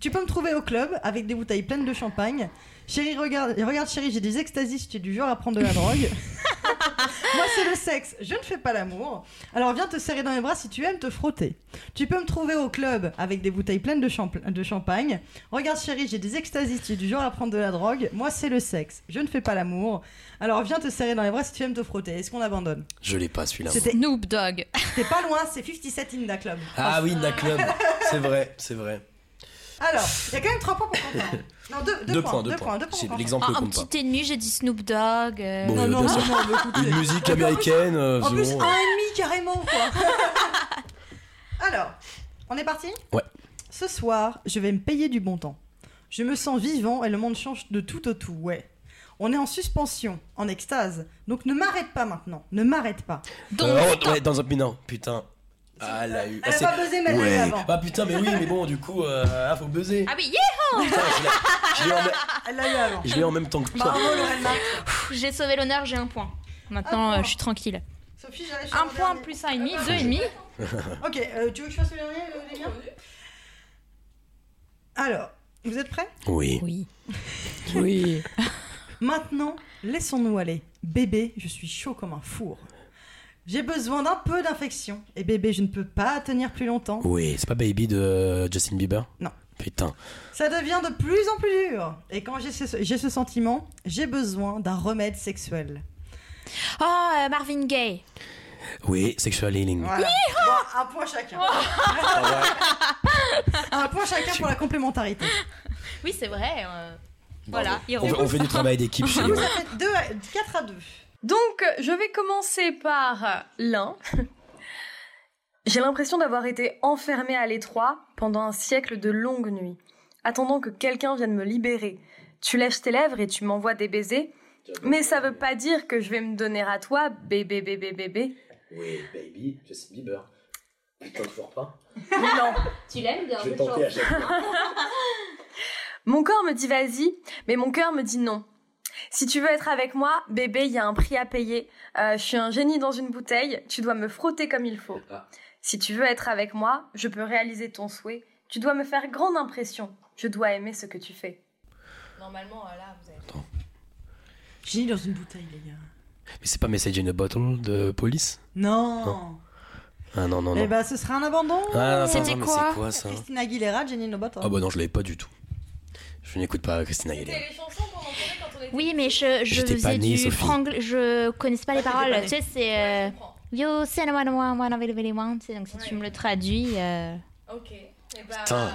[SPEAKER 2] Tu peux me trouver au club avec des bouteilles pleines de champagne. Chérie, regarde, regarde chérie, j'ai des extasies si tu es du genre à prendre de la drogue. Moi, c'est le sexe, je ne fais pas l'amour. Alors viens te serrer dans mes bras si tu aimes te frotter. Tu peux me trouver au club avec des bouteilles pleines de, champ- de champagne. Regarde chérie, j'ai des extasies, tu es du genre à prendre de la drogue. Moi, c'est le sexe, je ne fais pas l'amour. Alors viens te serrer dans les bras si tu aimes te frotter. Est-ce qu'on abandonne
[SPEAKER 3] Je l'ai pas celui-là.
[SPEAKER 2] C'était
[SPEAKER 4] Noob Dog.
[SPEAKER 2] c'était pas loin, c'est 57 in da club.
[SPEAKER 3] Ah oui, la club. C'est vrai, c'est vrai.
[SPEAKER 2] Alors, il y a quand même 3 points pour Quentin. Non, 2
[SPEAKER 3] Deux, points, deux points.
[SPEAKER 2] deux points
[SPEAKER 3] C'est-
[SPEAKER 2] pour Quentin.
[SPEAKER 3] L'exemple
[SPEAKER 4] Ah, un
[SPEAKER 3] compte pas.
[SPEAKER 4] petit ennemi, j'ai dit Snoop Dogg. euh,
[SPEAKER 3] Bon,
[SPEAKER 2] Non,
[SPEAKER 3] euh,
[SPEAKER 2] non,
[SPEAKER 3] bien
[SPEAKER 2] non,
[SPEAKER 3] sûr.
[SPEAKER 2] non, mais écoutez.
[SPEAKER 3] Une musique américaine, euh,
[SPEAKER 2] En plus,
[SPEAKER 3] c'est bon.
[SPEAKER 2] un et demi carrément, quoi. Alors, on est parti
[SPEAKER 3] Ouais.
[SPEAKER 2] Ce soir, je vais me payer du bon temps. Je me sens vivant et le monde change de tout au tout, ouais. On est en suspension, en extase. Donc ne m'arrête pas maintenant, ne m'arrête pas.
[SPEAKER 4] Donc,
[SPEAKER 3] Euh, oh, ouais, dans un non, putain. Ah, elle a eu.
[SPEAKER 2] Elle a
[SPEAKER 3] c'est-
[SPEAKER 2] pas buzzé, mais elle l'a eu
[SPEAKER 3] Ouais.
[SPEAKER 2] avant.
[SPEAKER 3] Ah putain, mais oui, mais bon, du coup, euh, ah, faut buzzer.
[SPEAKER 4] Ah oui, yeah
[SPEAKER 3] Putain, je l'ai- je l'ai en même-
[SPEAKER 2] Elle l'a eu avant.
[SPEAKER 3] je l'ai en, même temps que toi.
[SPEAKER 2] Bravo, Lorelma.
[SPEAKER 4] Pff, j'ai sauvé l'honneur, j'ai un point. Maintenant,
[SPEAKER 2] Un
[SPEAKER 4] euh,
[SPEAKER 2] point.
[SPEAKER 4] je suis tranquille.
[SPEAKER 2] Sophie, j'allais
[SPEAKER 4] Un point plus un et demi, deux et demi.
[SPEAKER 2] Ok, euh, tu veux que je fasse le dernier, euh, les miens Alors, vous êtes prêts
[SPEAKER 3] Oui.
[SPEAKER 4] Oui. Oui.
[SPEAKER 2] Maintenant, laissons-nous aller. Bébé, je suis chaud comme un four. J'ai besoin d'un peu d'infection. Et bébé, je ne peux pas tenir plus longtemps.
[SPEAKER 3] Oui, c'est pas Baby de euh, Justin Bieber
[SPEAKER 2] Non.
[SPEAKER 3] Putain.
[SPEAKER 2] Ça devient de plus en plus dur. Et quand j'ai ce, j'ai ce sentiment, j'ai besoin d'un remède sexuel.
[SPEAKER 4] Oh, euh, Marvin Gaye.
[SPEAKER 3] Oui, Sexual Healing.
[SPEAKER 2] Voilà. Bon, un point chacun.
[SPEAKER 3] Oh.
[SPEAKER 2] un point chacun pour la complémentarité.
[SPEAKER 4] Oui, c'est vrai. euh,
[SPEAKER 3] Bravo.
[SPEAKER 4] Voilà, il
[SPEAKER 3] On, fait- on fait du travail d'équipe chez
[SPEAKER 2] Vous
[SPEAKER 3] nous.
[SPEAKER 2] ça fait 4 à 2.
[SPEAKER 1] Donc, je vais commencer par l'un. J'ai l'impression d'avoir été enfermée à l'étroit pendant un siècle de longues nuits, attendant que quelqu'un vienne me libérer. Tu lèches tes lèvres et tu m'envoies des baisers, mais ça veut pas dire que je vais me donner à toi, bébé, bébé, bébé.
[SPEAKER 3] Oui, Baby, Justin Bieber. Putain, toujours pas.
[SPEAKER 1] Non.
[SPEAKER 4] Tu l'aimes bien,
[SPEAKER 3] à chaque fois.
[SPEAKER 1] Mon corps me dit vas-y, mais mon cœur me dit non. Si tu veux être avec moi, bébé, il y a un prix à payer. Euh, je suis un génie dans une bouteille, tu dois me frotter comme il faut.
[SPEAKER 3] Ah.
[SPEAKER 1] Si tu veux être avec moi, je peux réaliser ton souhait. Tu dois me faire grande impression. Je dois aimer ce que tu fais. Normalement, là, vous avez...
[SPEAKER 2] Génie dans une bouteille, les gars.
[SPEAKER 3] Mais c'est pas Message in a Bottle de Police
[SPEAKER 2] Non.
[SPEAKER 3] Ah non, non, non.
[SPEAKER 2] Eh ben, ce sera un abandon.
[SPEAKER 3] Ah, attends,
[SPEAKER 4] C'était
[SPEAKER 3] mais
[SPEAKER 4] quoi
[SPEAKER 3] c'est quoi ça
[SPEAKER 2] Christina Aguilera, Jenny Nobot. hein.
[SPEAKER 3] Ah bah non, je l'avais pas du tout. Je n'écoute pas Christina Aguilera.
[SPEAKER 1] les chansons qu'on entendait quand on était...
[SPEAKER 4] Oui, mais je, je
[SPEAKER 3] J'étais pas
[SPEAKER 4] faisais
[SPEAKER 3] née,
[SPEAKER 4] du
[SPEAKER 3] Sophie.
[SPEAKER 4] franglais. Je connaissais Ah, pas les
[SPEAKER 2] t'étais
[SPEAKER 4] paroles.
[SPEAKER 2] pas née.
[SPEAKER 4] Tu sais, c'est. euh, Yo, c'est la one one one available one. Tu sais, donc si tu me le traduis. euh,
[SPEAKER 1] Ok. Et bah,
[SPEAKER 3] Putain.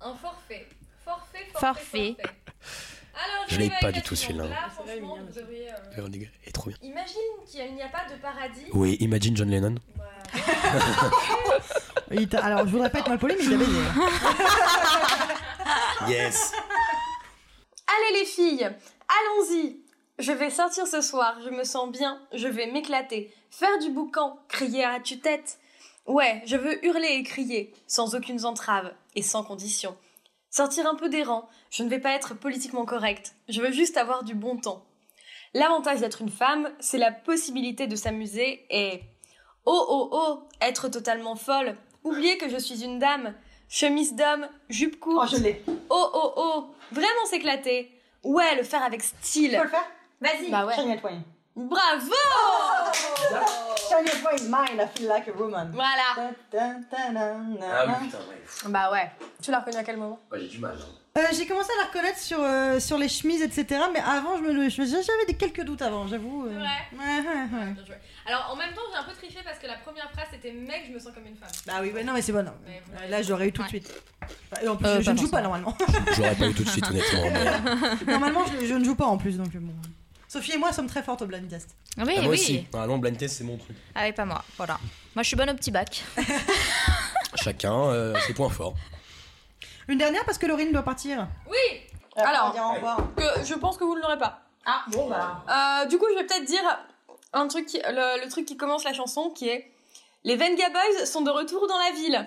[SPEAKER 1] un forfait. Forfait,
[SPEAKER 4] Forfait.
[SPEAKER 1] Alors,
[SPEAKER 3] Je l'ai pas du tout, celui-là.
[SPEAKER 1] franchement, vous devriez... euh,
[SPEAKER 3] Veronica est trop bien.
[SPEAKER 1] Imagine qu'il n'y a pas de paradis.
[SPEAKER 3] Oui, imagine John Lennon.
[SPEAKER 1] Voilà.
[SPEAKER 2] Il t'a- Alors, je voudrais pas être mal poli, mais il a baisé.
[SPEAKER 3] Yes
[SPEAKER 1] Allez les filles, allons-y Je vais sortir ce soir, je me sens bien, je vais m'éclater, faire du boucan, crier à tue-tête. Ouais, je veux hurler et crier, sans aucune entrave et sans condition. Sortir un peu des rangs, je ne vais pas être politiquement correcte, je veux juste avoir du bon temps. L'avantage d'être une femme, c'est la possibilité de s'amuser et... Oh oh oh, être totalement folle, oublier que je suis une dame, chemise d'homme, jupe courte.
[SPEAKER 5] Oh, je l'ai.
[SPEAKER 1] Oh oh oh, vraiment s'éclater. Ouais, le faire avec
[SPEAKER 5] Tu peux
[SPEAKER 1] style.
[SPEAKER 5] le faire
[SPEAKER 1] Vas-y. Bah ouais.
[SPEAKER 5] Shania Twain.
[SPEAKER 1] Bravo.
[SPEAKER 5] Shania Twain, mine, I feel like a woman.
[SPEAKER 1] Voilà.
[SPEAKER 3] Ah
[SPEAKER 5] Ta, ta, ta, na, na, na.
[SPEAKER 3] ouais.
[SPEAKER 1] Bah ouais. Tu l'as reconnu à quel moment
[SPEAKER 3] j'ai du mal. hein.
[SPEAKER 2] Euh, j'ai commencé à la reconnaître sur, euh, sur les chemises, etc. Mais avant, je me le- je- j'avais des quelques doutes avant, j'avoue. euh.
[SPEAKER 1] Ouais.
[SPEAKER 2] Ouais, ouais, ouais.
[SPEAKER 1] Alors en même temps, j'ai un peu triché parce que la première phrase c'était mec, je me sens comme une femme.
[SPEAKER 2] Bah oui, ouais, non, mais c'est bon. non.
[SPEAKER 1] Mais vous
[SPEAKER 2] Là, j'aurais eu tout de
[SPEAKER 4] Ouais.
[SPEAKER 2] suite. Et en plus,
[SPEAKER 4] Euh,
[SPEAKER 2] je, je
[SPEAKER 4] pas
[SPEAKER 2] ne joue pas
[SPEAKER 4] forcément.
[SPEAKER 2] normalement.
[SPEAKER 3] J'aurais pas eu tout de suite, honnêtement. Ah, mais-
[SPEAKER 2] normalement, je, je ne joue pas en plus, donc bon. Sophie et moi sommes très fortes au blind test.
[SPEAKER 4] Oui,
[SPEAKER 3] Ah, moi aussi.
[SPEAKER 4] oui.
[SPEAKER 3] Ah non, blind test, c'est mon truc.
[SPEAKER 4] Ah oui, pas moi. Voilà. Moi, je suis bonne au petit bac.
[SPEAKER 3] Chacun euh, ses points forts.
[SPEAKER 2] Une dernière parce que Laurine doit partir. Euh,
[SPEAKER 1] Oui.
[SPEAKER 5] Alors,
[SPEAKER 1] Alors.
[SPEAKER 5] on dira au revoir.
[SPEAKER 1] Que je pense que vous ne l'aurez pas.
[SPEAKER 5] Ah, bon bah.
[SPEAKER 1] Euh, du coup, je vais peut-être dire un truc, qui- le, le truc qui commence la chanson, qui est les Venga Boys sont de retour dans la ville.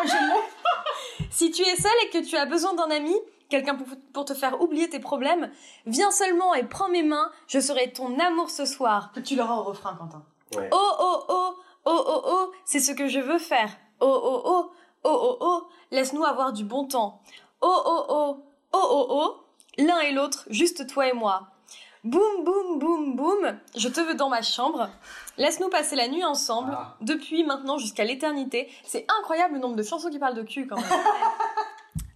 [SPEAKER 1] Oh, si tu es seul et que tu as besoin d'un ami, quelqu'un pour, pour te faire oublier tes problèmes, viens seulement et prends mes mains. Je serai ton amour ce soir.
[SPEAKER 5] Tu l'auras au refrain, Quentin.
[SPEAKER 1] Oh oh oh, oh oh oh, c'est ce que je veux faire. Oh oh oh, oh oh oh, laisse-nous avoir du bon temps. Oh oh oh, oh oh oh, l'un et l'autre, juste toi et moi. Boum boum boum boum, je te veux dans ma chambre. Laisse-nous passer la nuit ensemble, depuis maintenant jusqu'à l'éternité. C'est incroyable le nombre de chansons qui parlent de cul quand même.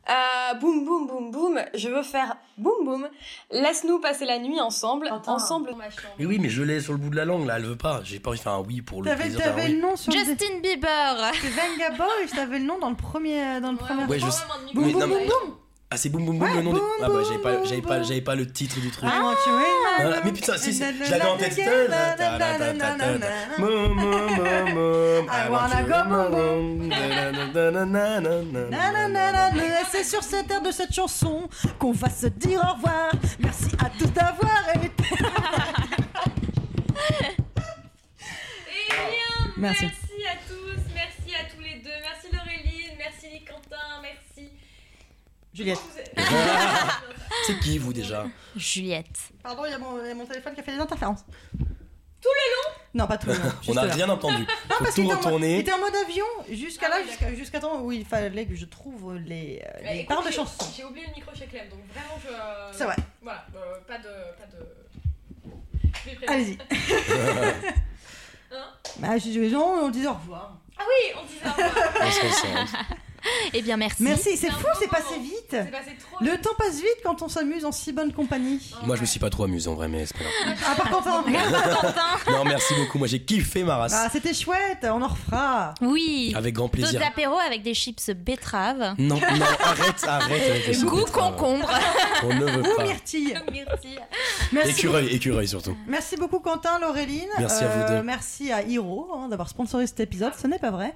[SPEAKER 1] Euh, boum boum boum boum, je veux faire boum boum. Laisse-nous passer la nuit ensemble,
[SPEAKER 5] Quentin.
[SPEAKER 1] ensemble dans ma chambre.
[SPEAKER 3] Mais oui, mais je l'ai sur le bout de la langue, là, elle veut pas. J'ai pas envie de faire un oui pour le
[SPEAKER 2] T'avais
[SPEAKER 3] plaisir d'un
[SPEAKER 2] t'avais
[SPEAKER 3] oui.
[SPEAKER 2] le nom sur le
[SPEAKER 4] Justin Bieber.
[SPEAKER 2] des Venga Boys, t'avais le nom dans le premier euh, dans le premier.
[SPEAKER 3] Ouais, je-
[SPEAKER 2] Boum,
[SPEAKER 3] Mais
[SPEAKER 2] boum,
[SPEAKER 3] non, mais-
[SPEAKER 2] boum, boum.
[SPEAKER 3] Ah, c'est boum boum boum
[SPEAKER 2] Ouais,
[SPEAKER 3] le nom
[SPEAKER 2] boum,
[SPEAKER 3] du. Ah bah, j'avais pas,
[SPEAKER 2] boum,
[SPEAKER 3] j'avais pas,
[SPEAKER 2] boum.
[SPEAKER 3] j'avais pas le titre du truc.
[SPEAKER 2] Comment tu es
[SPEAKER 3] Ah, mais putain, si, si, je l'avais en tête. Boum, boum, boum, boum.
[SPEAKER 2] I wanna go boum,
[SPEAKER 3] boum. Nanananananana.
[SPEAKER 2] Nananana, C'est sur cette air de cette chanson qu'on va se dire au revoir. Merci à tous d'avoir été. Merci.
[SPEAKER 1] Eh Merci à tous, merci à tous les deux, merci Laureline, merci Quentin, merci.
[SPEAKER 2] Juliette.
[SPEAKER 3] C'est qui vous déjà
[SPEAKER 4] Juliette.
[SPEAKER 2] Pardon, il y a mon, il y a mon téléphone qui a fait des interférences. Tout le long Non, pas tout le long.
[SPEAKER 3] On
[SPEAKER 2] juste
[SPEAKER 3] n'a
[SPEAKER 2] là.
[SPEAKER 3] rien entendu.
[SPEAKER 2] Non,
[SPEAKER 3] Faut
[SPEAKER 2] parce qu'il
[SPEAKER 3] tout
[SPEAKER 2] était en mode- il
[SPEAKER 3] retourner.
[SPEAKER 2] était en mode avion jusqu'à
[SPEAKER 1] Ah
[SPEAKER 2] là,
[SPEAKER 1] oui,
[SPEAKER 2] jusqu'à jusqu'à temps où il fallait que je trouve les, euh, les paroles de chansons.
[SPEAKER 1] Bah, J'ai oublié le micro chez Clem, donc vraiment je.
[SPEAKER 2] C'est vrai,
[SPEAKER 1] Voilà, euh, pas de. Pas de... Je vais prévenir.
[SPEAKER 2] allez-y.
[SPEAKER 1] Hein
[SPEAKER 2] bah, je, je- non, on disait au revoir.
[SPEAKER 1] Ah oui, on disait au revoir.
[SPEAKER 3] On se ressent.
[SPEAKER 4] Eh bien, merci.
[SPEAKER 2] Merci, c'est
[SPEAKER 1] un
[SPEAKER 2] fou,
[SPEAKER 1] bon
[SPEAKER 2] c'est passé
[SPEAKER 1] moment.
[SPEAKER 2] vite.
[SPEAKER 1] C'est passé trop
[SPEAKER 2] Le temps passe vite quand on s'amuse en si bonne compagnie.
[SPEAKER 3] Moi, je me suis pas trop amusé en vrai, mais c'est pas grave.
[SPEAKER 2] Ah, par contre, hein.
[SPEAKER 3] Non, merci beaucoup. Moi, j'ai kiffé ma race.
[SPEAKER 2] Ah, c'était chouette, on en refera.
[SPEAKER 4] Oui.
[SPEAKER 3] Avec grand
[SPEAKER 4] D'autres
[SPEAKER 3] plaisir.
[SPEAKER 4] apéros avec des chips betterave.
[SPEAKER 3] Non, non, arrête, arrête. avec les
[SPEAKER 4] Goût
[SPEAKER 3] sous-titres, hein.
[SPEAKER 4] concombre.
[SPEAKER 3] On ne veut
[SPEAKER 2] Ou
[SPEAKER 3] pas.
[SPEAKER 2] myrtille.
[SPEAKER 4] Merci.
[SPEAKER 2] Merci, beaucoup-
[SPEAKER 3] Écureuil, écureuil surtout.
[SPEAKER 2] merci beaucoup, Quentin, Laureline. Euh,
[SPEAKER 3] Merci à vous deux.
[SPEAKER 2] Merci à Hiro hein, d'avoir sponsorisé cet épisode, ce n'est pas vrai.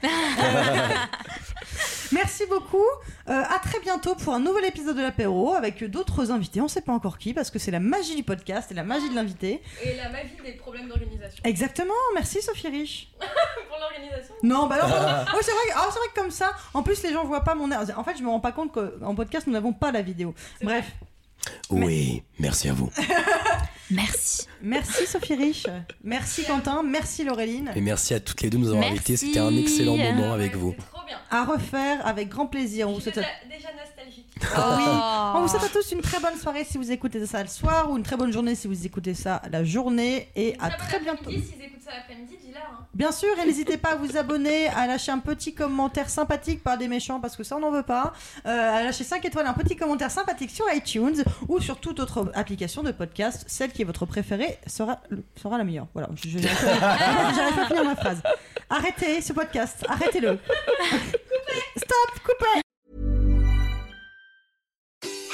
[SPEAKER 2] Merci beaucoup. Euh, à très bientôt pour un nouvel épisode de l'apéro avec d'autres invités. On ne sait pas encore qui parce que c'est la magie du podcast et la magie de l'invité.
[SPEAKER 1] Et la ma vie des problèmes d'organisation.
[SPEAKER 2] Exactement. Merci Sophie Rich.
[SPEAKER 1] Pour l'organisation
[SPEAKER 2] Non, bah non. non, non. Oh, c'est vrai. ah, c'est vrai que comme ça. En plus, les gens voient pas mon. air. En fait, je me rends pas compte qu'en podcast, nous n'avons pas la vidéo. Bref.
[SPEAKER 3] Oui, merci à vous.
[SPEAKER 4] Merci.
[SPEAKER 2] Merci Sophie Rich, merci Quentin, merci Laureline.
[SPEAKER 3] Et merci à toutes les deux de nous avoir
[SPEAKER 4] Merci.
[SPEAKER 3] invités. C'était un excellent moment avec vous.
[SPEAKER 1] euh, C'est trop bien.
[SPEAKER 2] À refaire avec grand plaisir. On vous
[SPEAKER 1] Je suis
[SPEAKER 2] souhaite,
[SPEAKER 1] déjà, déjà nostalgique.
[SPEAKER 4] Oh.
[SPEAKER 1] Ah.
[SPEAKER 2] on vous souhaite à tous une très bonne soirée si vous écoutez ça le soir ou une très bonne journée si vous écoutez ça la journée. Et à
[SPEAKER 1] Très bon
[SPEAKER 2] très bientôt.
[SPEAKER 1] après-midi, S'ils écoutent ça l'après-midi, dis-leur. hein.
[SPEAKER 2] Bien sûr, et n'hésitez pas à vous abonner, à lâcher un petit commentaire sympathique, pas des méchants parce que ça on n'en veut pas, euh, à lâcher 5 étoiles, un petit commentaire sympathique sur iTunes ou sur toute autre application de podcast, celle qui est votre préférée sera, sera la meilleure. Voilà, je- je- j'arrive pas j'arrive pas à finir ma phrase. Arrêtez ce podcast, arrêtez-le. Stop, coupez